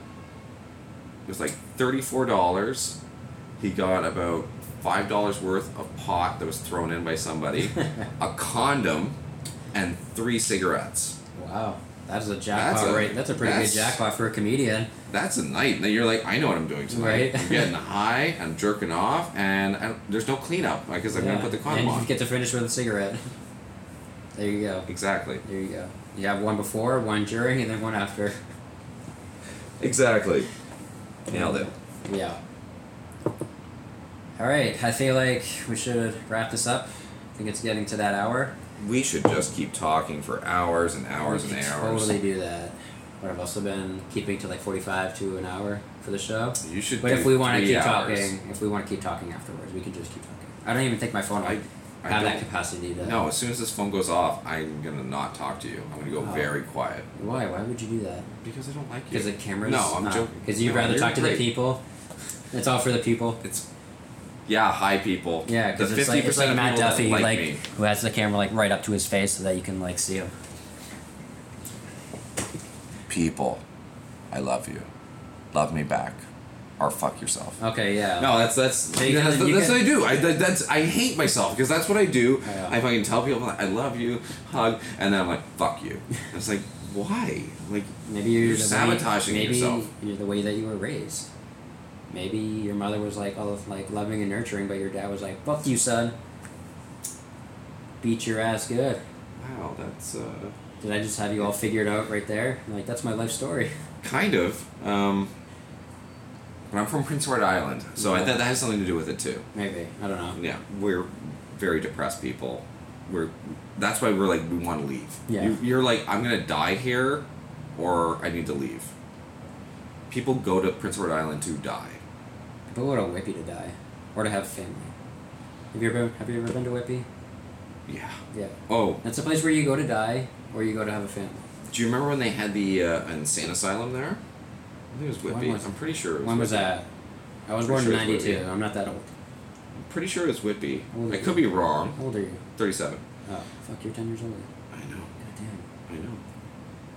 Speaker 2: it was like thirty four dollars. He got about five dollars worth of pot that was thrown in
Speaker 1: [LAUGHS]
Speaker 2: by somebody, a condom, and three cigarettes.
Speaker 1: Wow. That's a jackpot
Speaker 2: a-
Speaker 1: right that's a pretty
Speaker 2: that's-
Speaker 1: good jackpot for a comedian.
Speaker 2: That's a night. And then you're like, I know what I'm doing tonight.
Speaker 1: Right. [LAUGHS]
Speaker 2: I'm getting high. I'm jerking off, and I, don't- there's no cleanup because I'm
Speaker 1: Yeah.
Speaker 2: gonna put the condom
Speaker 1: and
Speaker 2: on.
Speaker 1: you get to finish with a cigarette. [LAUGHS] There you go.
Speaker 2: exactly.
Speaker 1: There you go. You have one before, one during, and then one after. [LAUGHS]
Speaker 2: Exactly. Nailed it.
Speaker 1: Yeah. All right. I feel like we should wrap this up. I think it's getting to that hour.
Speaker 2: We should just keep talking for hours and hours
Speaker 1: we
Speaker 2: and
Speaker 1: could
Speaker 2: hours.
Speaker 1: Totally do that. But I've also been keeping to like forty-five to an hour for the show.
Speaker 2: You should.
Speaker 1: But
Speaker 2: do
Speaker 1: if we want to
Speaker 2: three
Speaker 1: keep
Speaker 2: hours.
Speaker 1: talking, if we want to keep talking afterwards, we can just keep talking. I don't even think my phone will
Speaker 2: I- I
Speaker 1: have that
Speaker 2: don't-
Speaker 1: capacity to.
Speaker 2: No, as soon as this phone goes off, I'm gonna not talk to you. I'm gonna go
Speaker 1: Oh.
Speaker 2: very quiet
Speaker 1: Why? Why would you do that?
Speaker 2: because I don't like you.
Speaker 1: Because the cameras.
Speaker 2: No, I'm joking.
Speaker 1: Because you'd
Speaker 2: No,
Speaker 1: rather
Speaker 2: you're
Speaker 1: talk to the
Speaker 2: great.
Speaker 1: people. It's all for the people.
Speaker 2: It's yeah, hi people.
Speaker 1: Yeah, because
Speaker 2: The
Speaker 1: it's like it's
Speaker 2: 50%
Speaker 1: like
Speaker 2: of
Speaker 1: Matt
Speaker 2: people that
Speaker 1: Duffy,
Speaker 2: like
Speaker 1: like,
Speaker 2: me.
Speaker 1: who has the camera like right up to his face so that you can like see him.
Speaker 2: people. I love you. Love me back, or fuck yourself.
Speaker 1: Okay, yeah.
Speaker 2: No, that's that's
Speaker 1: So you
Speaker 2: that's,
Speaker 1: can- you
Speaker 2: that's
Speaker 1: can-
Speaker 2: what I do. I that- that's I hate myself because that's what I do.
Speaker 1: Yeah.
Speaker 2: I fucking tell people I love you, hug, and then I'm like fuck
Speaker 1: [LAUGHS]
Speaker 2: you. And it's like why? Like
Speaker 1: maybe you're,
Speaker 2: You're
Speaker 1: the way-
Speaker 2: sabotaging
Speaker 1: maybe
Speaker 2: yourself.
Speaker 1: You're the way that you were raised. Maybe your mother was like all of like loving and nurturing, but your dad was like, "Fuck you, son. Beat your ass good."
Speaker 2: wow, that's. uh
Speaker 1: Did I just have you all figured out right there? I'm like that's my life story. [LAUGHS]
Speaker 2: Kind of. Um, but I'm from Prince Edward Island, so I
Speaker 1: Yeah.
Speaker 2: thought that has something to do with it too.
Speaker 1: Maybe I don't know.
Speaker 2: Yeah, we're very depressed people. We're that's why we're like we want to leave.
Speaker 1: Yeah.
Speaker 2: You, you're like I'm gonna die here, or I need to leave. People go to Prince Edward Island to die.
Speaker 1: But what a whippy to die, or to have family. Have you ever have you ever been to Whippy?
Speaker 2: Yeah.
Speaker 1: Yeah,
Speaker 2: Oh,
Speaker 1: that's a place where you go to die, or you go to have a family.
Speaker 2: do you remember when they had the uh, insane asylum there? I think it was
Speaker 1: When
Speaker 2: Whitby.
Speaker 1: was-
Speaker 2: I'm pretty sure. It was
Speaker 1: When was
Speaker 2: Whitby.
Speaker 1: that? I was born
Speaker 2: Pretty
Speaker 1: in
Speaker 2: sure it's
Speaker 1: '92.
Speaker 2: Whitby.
Speaker 1: I'm not that old.
Speaker 2: I'm pretty sure it was Whitby.
Speaker 1: How old
Speaker 2: I
Speaker 1: are
Speaker 2: could
Speaker 1: you?
Speaker 2: be wrong.
Speaker 1: How old are you?
Speaker 2: Thirty-seven.
Speaker 1: Oh, fuck! You're ten years old. God
Speaker 2: I know.
Speaker 1: damn.
Speaker 2: I know.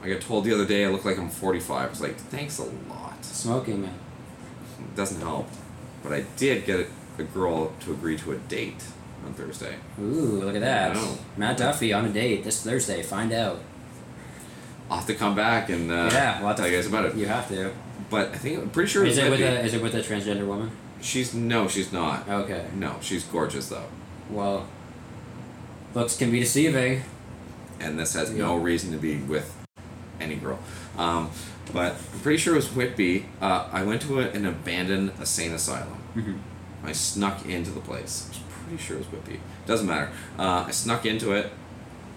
Speaker 2: I I got told the other day I look like I'm 45. I was like, thanks a lot.
Speaker 1: Smoking, man.
Speaker 2: It doesn't help. But I did get a, a girl to agree to a date on Thursday.
Speaker 1: Ooh, look at that.
Speaker 2: Wow.
Speaker 1: Matt Duffy on a date this Thursday. Find out.
Speaker 2: I'll have to come back and uh,
Speaker 1: yeah, we'll have to
Speaker 2: tell you guys about it.
Speaker 1: You have to.
Speaker 2: But I think I'm pretty sure
Speaker 1: Is
Speaker 2: it's
Speaker 1: it with
Speaker 2: Libby.
Speaker 1: a is it with a transgender woman?
Speaker 2: She's no, she's not.
Speaker 1: Okay.
Speaker 2: No, she's gorgeous though.
Speaker 1: Well, looks can be deceiving.
Speaker 2: and this has no reason to be with any girl. Um, but I'm pretty sure it was Whitby. Uh, I went to a, an abandoned insane asylum.
Speaker 1: Mhm.
Speaker 2: I snuck into the place. I was pretty sure it was Whitby. Doesn't matter. Uh, I snuck into it.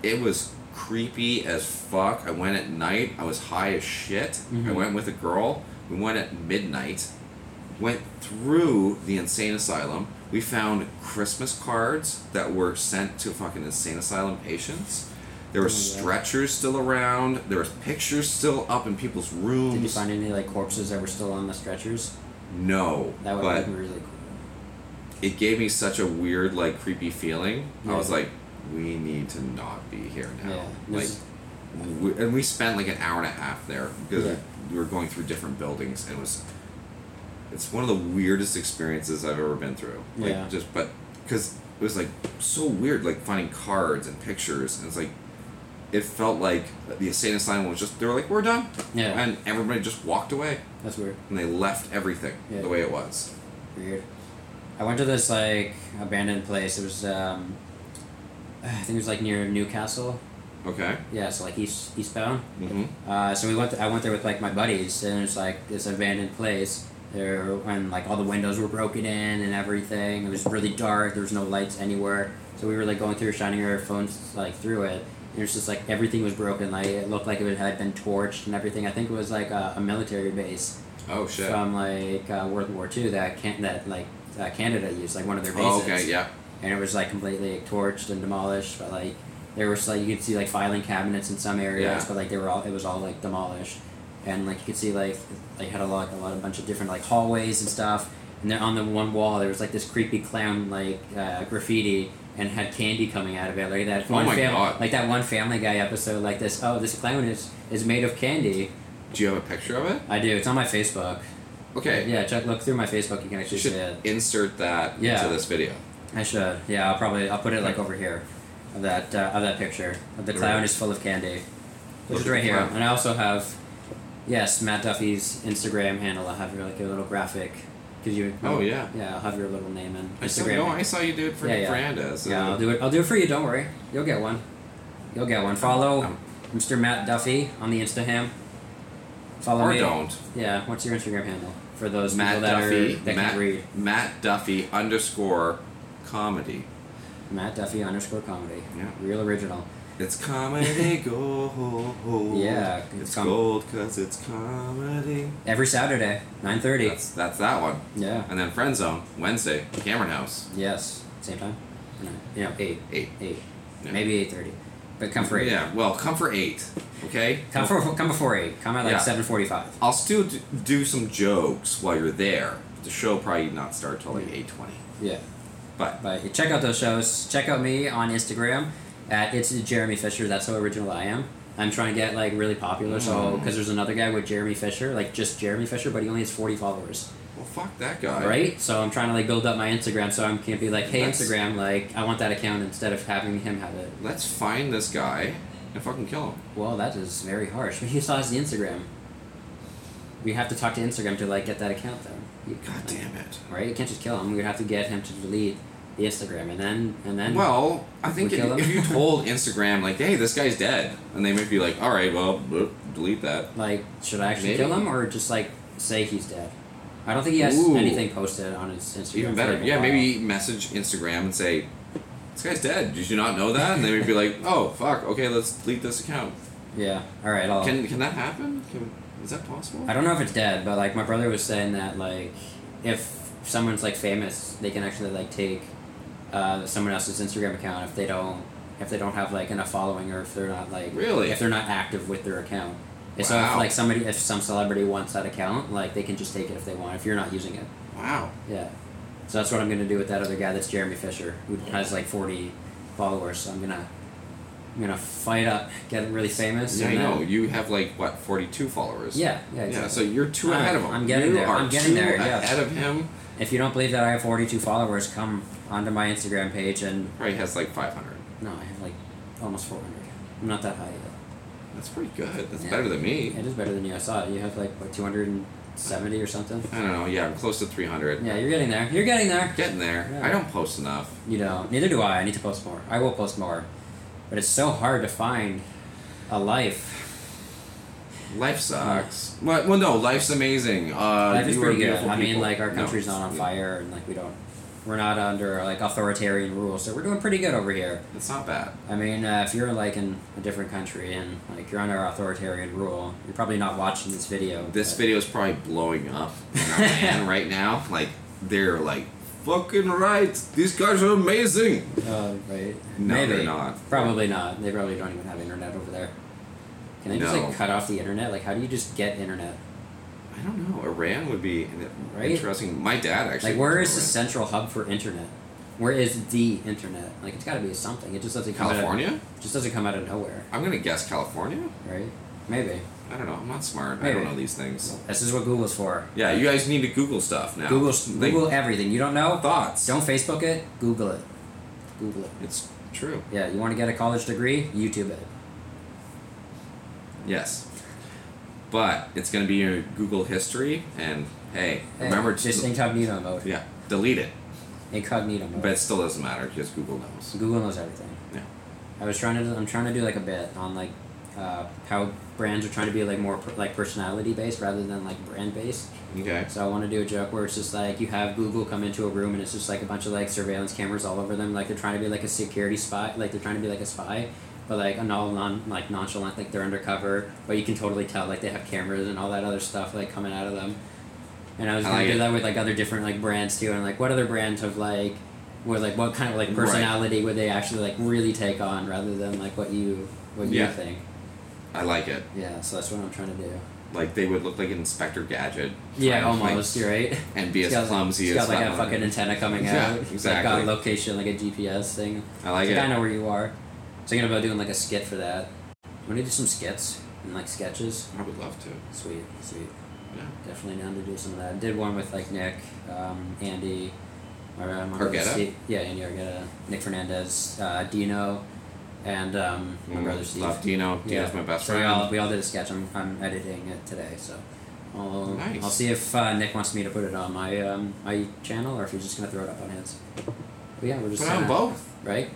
Speaker 2: It was creepy as fuck. I went at night. I was high as shit. I
Speaker 1: Mhm.
Speaker 2: went with a girl. We went at midnight. Went through the insane asylum. We found Christmas cards that were sent to fucking insane asylum patients. There were
Speaker 1: Oh my God.
Speaker 2: stretchers still around. There was pictures still up in people's rooms.
Speaker 1: Did you find any like corpses that were still on the stretchers?
Speaker 2: no,
Speaker 1: That would
Speaker 2: but
Speaker 1: have been really cool.
Speaker 2: it gave me such a weird, like, creepy feeling. I
Speaker 1: Yeah.
Speaker 2: was like, we need to not be here now.
Speaker 1: Yeah.
Speaker 2: Like,
Speaker 1: This-
Speaker 2: we, and we spent like an hour and a half there because
Speaker 1: Yeah.
Speaker 2: we were going through different buildings and it was it's one of the weirdest experiences I've ever been through. Like
Speaker 1: Yeah.
Speaker 2: just but because it was like so weird, like finding cards and pictures, and it's like it felt like the insane asylum was just they were like we're done,
Speaker 1: Yeah.
Speaker 2: and everybody just walked away
Speaker 1: That's weird.
Speaker 2: and they left everything
Speaker 1: Yeah.
Speaker 2: the way it was.
Speaker 1: Weird. I went to this like abandoned place. It was um, I think it was like near Newcastle.
Speaker 2: Okay.
Speaker 1: Yeah, so like east eastbound.
Speaker 2: Mm-hmm.
Speaker 1: Uh, so we went. I went there with like my buddies, and it's like this abandoned place. There and like all the windows were broken in and everything. It was really dark. There was no lights anywhere. So we were like going through, shining our phones like through it. And it's just like everything was broken. Like it looked like it had been torched and everything. I think it was like a, a military base
Speaker 2: Oh shit.
Speaker 1: from like uh, World War Two that can that like uh, Canada used like one of their bases
Speaker 2: oh okay. Yeah.
Speaker 1: and it was like completely like, torched and demolished. But like there was like you could see like filing cabinets in some areas,
Speaker 2: Yeah.
Speaker 1: but like they were all it was all like demolished, and like you could see like they had a lot a lot of bunch of different like hallways and stuff. And then on the one wall there was like this creepy clown like uh, graffiti and had candy coming out of it like that
Speaker 2: Oh
Speaker 1: one
Speaker 2: my
Speaker 1: fam-
Speaker 2: God.
Speaker 1: like that one Family Guy episode like this oh this clown is is made of candy
Speaker 2: Do you have a picture of it?
Speaker 1: I do it's on my Facebook
Speaker 2: Okay.
Speaker 1: yeah check look through my Facebook you can
Speaker 2: You
Speaker 1: actually see it
Speaker 2: should insert that
Speaker 1: Yeah.
Speaker 2: into this video.
Speaker 1: I should. Yeah, I'll probably I'll put it like over here, of that uh, of that picture. Of the clown is full of candy,
Speaker 2: Look
Speaker 1: which is
Speaker 2: at
Speaker 1: right
Speaker 2: the
Speaker 1: here.
Speaker 2: clown.
Speaker 1: And I also have, yes, Matt Duffy's Instagram handle. I'll have your like a little graphic, cause you.
Speaker 2: Oh yeah.
Speaker 1: Yeah, I'll have your little name and
Speaker 2: I saw,
Speaker 1: Instagram.
Speaker 2: no, I saw you do it for
Speaker 1: Yeah,
Speaker 2: Nick
Speaker 1: yeah.
Speaker 2: Fernandez.
Speaker 1: yeah, I'll
Speaker 2: uh,
Speaker 1: do it. I'll do it for you. Don't worry, you'll get one. You'll get one. Follow
Speaker 2: Um,
Speaker 1: Mr. Matt Duffy on the Instaham. Follow
Speaker 2: or
Speaker 1: me.
Speaker 2: don't.
Speaker 1: Yeah, what's your Instagram handle for those
Speaker 2: Matt
Speaker 1: people that
Speaker 2: Duffy.
Speaker 1: are that
Speaker 2: Matt,
Speaker 1: can read?
Speaker 2: Matt Duffy underscore comedy.
Speaker 1: Matt Duffy underscore comedy.
Speaker 2: Yeah.
Speaker 1: Real original.
Speaker 2: It's comedy
Speaker 1: [LAUGHS]
Speaker 2: gold.
Speaker 1: Yeah,
Speaker 2: It's
Speaker 1: it's com-
Speaker 2: gold because it's comedy.
Speaker 1: Every Saturday, nine thirty.
Speaker 2: That's that's that one.
Speaker 1: Yeah.
Speaker 2: And then Friend Zone, Wednesday, Cameron House,
Speaker 1: Yes. Same time. No. You know, eight,
Speaker 2: eight.
Speaker 1: eight,
Speaker 2: Yeah.
Speaker 1: maybe eight thirty, but come for eight.
Speaker 2: Yeah, well, come for eight, okay?
Speaker 1: Come for come before eight. Come at like
Speaker 2: Yeah.
Speaker 1: seven forty-five.
Speaker 2: I'll still d- do some jokes while you're there. The show probably not start till like eight twenty.
Speaker 1: Yeah.
Speaker 2: But
Speaker 1: But you check out those shows. Check out me on Instagram at it's Jeremy Fisher. That's how original I am. I'm trying to get like really popular, so
Speaker 2: Mm.
Speaker 1: because there's another guy with Jeremy Fisher, like just Jeremy Fisher, but he only has forty followers,
Speaker 2: well, fuck that guy.
Speaker 1: right? So I'm trying to like build up my Instagram, so I can't be like, hey
Speaker 2: That's-
Speaker 1: Instagram, like I want that account instead of having him have it.
Speaker 2: Let's find this guy and fucking kill him.
Speaker 1: Well, that is very harsh. But he still has the Instagram. We have to talk to Instagram to like get that account though. You-
Speaker 2: God damn it.
Speaker 1: Right? You can't just kill him. We'd have to get him to delete the Instagram, and then and then.
Speaker 2: Well, I think
Speaker 1: We
Speaker 2: if,
Speaker 1: kill him?
Speaker 2: if
Speaker 1: [LAUGHS]
Speaker 2: you told Instagram like, "Hey, this guy's dead," and they might be like, "All right, well, boop, delete that."
Speaker 1: like, should I actually
Speaker 2: Maybe.
Speaker 1: kill him or just like say he's dead? I don't think he has
Speaker 2: Ooh.
Speaker 1: anything posted on his Instagram.
Speaker 2: Even
Speaker 1: for
Speaker 2: better,
Speaker 1: a
Speaker 2: yeah.
Speaker 1: while.
Speaker 2: Maybe message Instagram and say, "This guy's dead. Did you not know that?" And they might be like, "Oh fuck. Okay, let's delete this account."
Speaker 1: Yeah. All right. I'll.
Speaker 2: Can can that happen? Can, is that possible?
Speaker 1: Oh. I don't know if it's dead, but like my brother was saying that like if someone's like famous, they can actually like take uh, someone else's Instagram account if they don't if they don't have like enough following or if they're not like
Speaker 2: Really?
Speaker 1: if they're not active with their account. And so if
Speaker 2: Wow.
Speaker 1: like somebody if some celebrity wants that account, like they can just take it if they want if you're not using it.
Speaker 2: Wow.
Speaker 1: Yeah. So that's what I'm gonna do with that other guy that's Jeremy Fisher, who has like forty followers, so I'm gonna I'm gonna fight up, get really famous.
Speaker 2: Yeah, I
Speaker 1: and then-
Speaker 2: know. You have like what forty two followers.
Speaker 1: Yeah, yeah,
Speaker 2: Yeah,
Speaker 1: exactly.
Speaker 2: so you're two
Speaker 1: I'm-
Speaker 2: ahead of him.
Speaker 1: I'm getting
Speaker 2: you
Speaker 1: there,
Speaker 2: Are
Speaker 1: I'm getting
Speaker 2: two
Speaker 1: there, yeah.
Speaker 2: Ahead of him,
Speaker 1: If you don't believe that I have 42 followers, come onto my Instagram page and
Speaker 2: probably has like five hundred.
Speaker 1: no, I have like almost 400. I'm not that high yet.
Speaker 2: That's pretty good. That's
Speaker 1: Yeah.
Speaker 2: better than me.
Speaker 1: It is better than you. I saw it. You have like what 270 or something.
Speaker 2: I don't know. Yeah, I'm close to three hundred.
Speaker 1: Yeah, you're getting there. You're getting there.
Speaker 2: Getting there.
Speaker 1: Yeah.
Speaker 2: I don't post enough.
Speaker 1: You know, neither do I. I need to post more. I will post more, but it's so hard to find a life.
Speaker 2: Life sucks. Well, well, no, life's amazing. Uh,
Speaker 1: life is
Speaker 2: you are
Speaker 1: pretty good.
Speaker 2: beautiful
Speaker 1: I mean,
Speaker 2: people.
Speaker 1: like our
Speaker 2: No,
Speaker 1: country's
Speaker 2: it's-
Speaker 1: not on fire, and like we don't, we're not under like authoritarian rules, so we're doing pretty good over here.
Speaker 2: It's not bad.
Speaker 1: I mean, uh, if you're like in a different country and like you're under authoritarian rule, you're probably not watching this video.
Speaker 2: This
Speaker 1: but-
Speaker 2: video is probably blowing up in
Speaker 1: [LAUGHS]
Speaker 2: our land right now. Like they're like fucking right. These guys are amazing.
Speaker 1: Uh, right.
Speaker 2: No,
Speaker 1: Maybe.
Speaker 2: they're not.
Speaker 1: Probably not. They probably don't even have internet over there. Can they just
Speaker 2: No.
Speaker 1: like cut off the internet? Like, how do you just get internet?
Speaker 2: I don't know. Iran would be an
Speaker 1: Right?
Speaker 2: interesting. My dad actually.
Speaker 1: Like, where
Speaker 2: lives
Speaker 1: is the
Speaker 2: in
Speaker 1: central hub for internet? Where is the internet? Like, it's got to be something. It just doesn't come
Speaker 2: Iran. California?
Speaker 1: Out of, just doesn't come out of nowhere,
Speaker 2: I'm gonna guess California.
Speaker 1: right? Maybe.
Speaker 2: I don't know. I'm not smart. I
Speaker 1: Maybe.
Speaker 2: don't know these things.
Speaker 1: This is what Google's for.
Speaker 2: Yeah, you guys need to Google stuff now.
Speaker 1: Google,
Speaker 2: Like,
Speaker 1: Google everything. You don't know?
Speaker 2: thoughts.
Speaker 1: Don't Facebook it. Google it. Google it.
Speaker 2: It's true.
Speaker 1: Yeah, you want to get a college degree? YouTube it.
Speaker 2: Yes. But it's gonna be your Google history, and hey,
Speaker 1: Hey,
Speaker 2: remember to
Speaker 1: just incognito mode.
Speaker 2: yeah, delete it.
Speaker 1: Incognito mode.
Speaker 2: But it still doesn't matter because Google knows.
Speaker 1: Google knows everything.
Speaker 2: Yeah.
Speaker 1: I was trying to. do- I'm trying to do like a bit on like uh, how brands are trying to be like more per, like personality based rather than like brand based.
Speaker 2: Okay.
Speaker 1: So I want to do a joke where it's just like you have Google come into a room and it's just like a bunch of like surveillance cameras all over them. Like they're trying to be like a security spy. Like they're trying to be like a spy. But like and all non like nonchalant, like they're undercover, but you can totally tell like they have cameras and all that other stuff like coming out of them. And I was
Speaker 2: I
Speaker 1: gonna
Speaker 2: like
Speaker 1: do
Speaker 2: it.
Speaker 1: that with like other different like brands too, and like what other brands have like where like what kind of like
Speaker 2: Right.
Speaker 1: personality would they actually like really take on rather than like what you what you
Speaker 2: Yeah.
Speaker 1: think.
Speaker 2: I like it.
Speaker 1: Yeah, so that's what I'm trying to do.
Speaker 2: Like they would look like Inspector Gadget.
Speaker 1: Yeah,
Speaker 2: trying to, like,
Speaker 1: almost, you're right. [LAUGHS]
Speaker 2: and be
Speaker 1: It's
Speaker 2: as
Speaker 1: got, like-
Speaker 2: clumsy
Speaker 1: it's
Speaker 2: as
Speaker 1: got like a
Speaker 2: Batman.
Speaker 1: fucking antenna coming
Speaker 2: Yeah,
Speaker 1: out. It's like got
Speaker 2: exactly.
Speaker 1: a location, like a GPS thing.
Speaker 2: I like
Speaker 1: It's
Speaker 2: it.
Speaker 1: like, I know where you are. Thinking about doing like a skit for that. I'm gonna do some skits and like sketches.
Speaker 2: I would love to.
Speaker 1: Sweet, sweet.
Speaker 2: Yeah.
Speaker 1: Definitely down to do some of that. Did one with like Nick, um, Andy, my my brother
Speaker 2: Argueta?
Speaker 1: Steve. Yeah, Andy Argetta, Nick Fernandez, uh, Dino, and um, my
Speaker 2: Mm,
Speaker 1: brother Steve.
Speaker 2: Love Dino.
Speaker 1: Yeah.
Speaker 2: Dino's my best
Speaker 1: so we
Speaker 2: friend.
Speaker 1: all, we all did a sketch. I'm, I'm editing it today, so I'll,
Speaker 2: Nice.
Speaker 1: I'll see if uh, Nick wants me to put it on my um, my channel or if he's just gonna throw it up on his. But yeah, we're just
Speaker 2: Put it on
Speaker 1: gonna-
Speaker 2: both.
Speaker 1: right?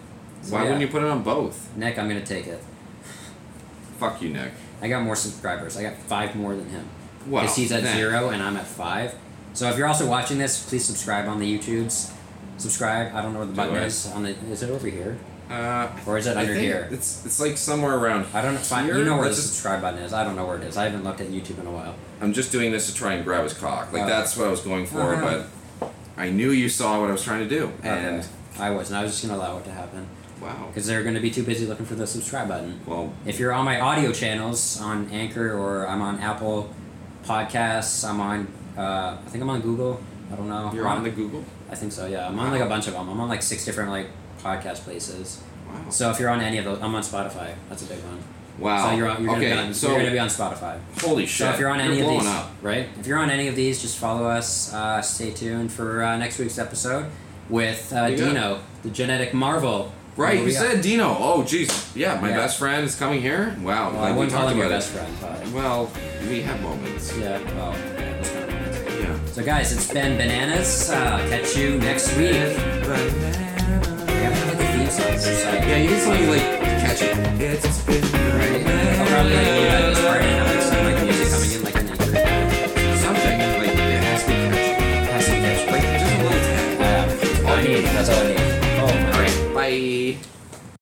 Speaker 1: So
Speaker 2: Why
Speaker 1: yeah,
Speaker 2: wouldn't you put it on both?
Speaker 1: Nick, I'm gonna take it.
Speaker 2: Fuck you, Nick.
Speaker 1: I got more subscribers. I got five more than him.
Speaker 2: Well,
Speaker 1: Because he's at
Speaker 2: nah.
Speaker 1: zero and I'm at five. So if you're also watching this, please subscribe on the YouTubes. Subscribe. I don't know where the
Speaker 2: Do
Speaker 1: button
Speaker 2: it.
Speaker 1: is. On the is it over here
Speaker 2: Uh,
Speaker 1: or is it
Speaker 2: I
Speaker 1: under
Speaker 2: think
Speaker 1: here?
Speaker 2: it's it's like somewhere around.
Speaker 1: I don't know. Find,
Speaker 2: here.
Speaker 1: you know where the
Speaker 2: Let's just-
Speaker 1: subscribe button is. I don't know where it is. I haven't looked at YouTube in a while.
Speaker 2: I'm just doing this to try and grab his cock. Like
Speaker 1: Oh.
Speaker 2: that's what I was going for,
Speaker 1: Uh-huh.
Speaker 2: but I knew you saw what I was trying to do, and
Speaker 1: Okay. I wasn't. I was just gonna allow it to happen
Speaker 2: wow.
Speaker 1: because they're gonna be too busy looking for the subscribe button.
Speaker 2: Well,
Speaker 1: If you're on my audio channels on Anchor or I'm on Apple Podcasts, I'm on. Uh, I think I'm on Google. I don't know.
Speaker 2: you're
Speaker 1: I'm
Speaker 2: on the Google.
Speaker 1: I think so. Yeah, I'm on like a bunch of them. I'm on like six different like podcast places.
Speaker 2: Wow.
Speaker 1: So if you're on any of those, I'm on Spotify. That's a big one.
Speaker 2: wow.
Speaker 1: So you're on. You're
Speaker 2: okay.
Speaker 1: gonna be on,
Speaker 2: so
Speaker 1: you're gonna be on Spotify.
Speaker 2: holy shit.
Speaker 1: So if you're on any
Speaker 2: blowing
Speaker 1: of these,
Speaker 2: up.
Speaker 1: right? If you're on any of these, just follow us. Uh, stay tuned for uh, next week's episode with uh,
Speaker 2: You got it.
Speaker 1: Dino, the genetic marvel.
Speaker 2: Right,
Speaker 1: Who
Speaker 2: you
Speaker 1: we got.
Speaker 2: said Dino. Oh, jeez. Yeah, my
Speaker 1: Yeah.
Speaker 2: best friend is coming here. Wow,
Speaker 1: Well,
Speaker 2: like
Speaker 1: I
Speaker 2: we
Speaker 1: wouldn't
Speaker 2: talked
Speaker 1: call him
Speaker 2: about
Speaker 1: your
Speaker 2: it.
Speaker 1: best friend, but
Speaker 2: Well, we have moments.
Speaker 1: yeah. Well, yeah, that's kind of nice.
Speaker 2: Yeah.
Speaker 1: so guys, it's been bananas. Uh, catch you next week. We have like a theme song. There's, like,
Speaker 2: Yeah, you need something like catchy. It's been
Speaker 1: I'll probably like leave out this part and have like some like music coming in like an intro.
Speaker 2: something like it has to be catchy.
Speaker 1: Have some catch break.
Speaker 2: Just a little tap.
Speaker 1: Uh, that's all I need. That's all I need. Oh my.
Speaker 2: All right, bye.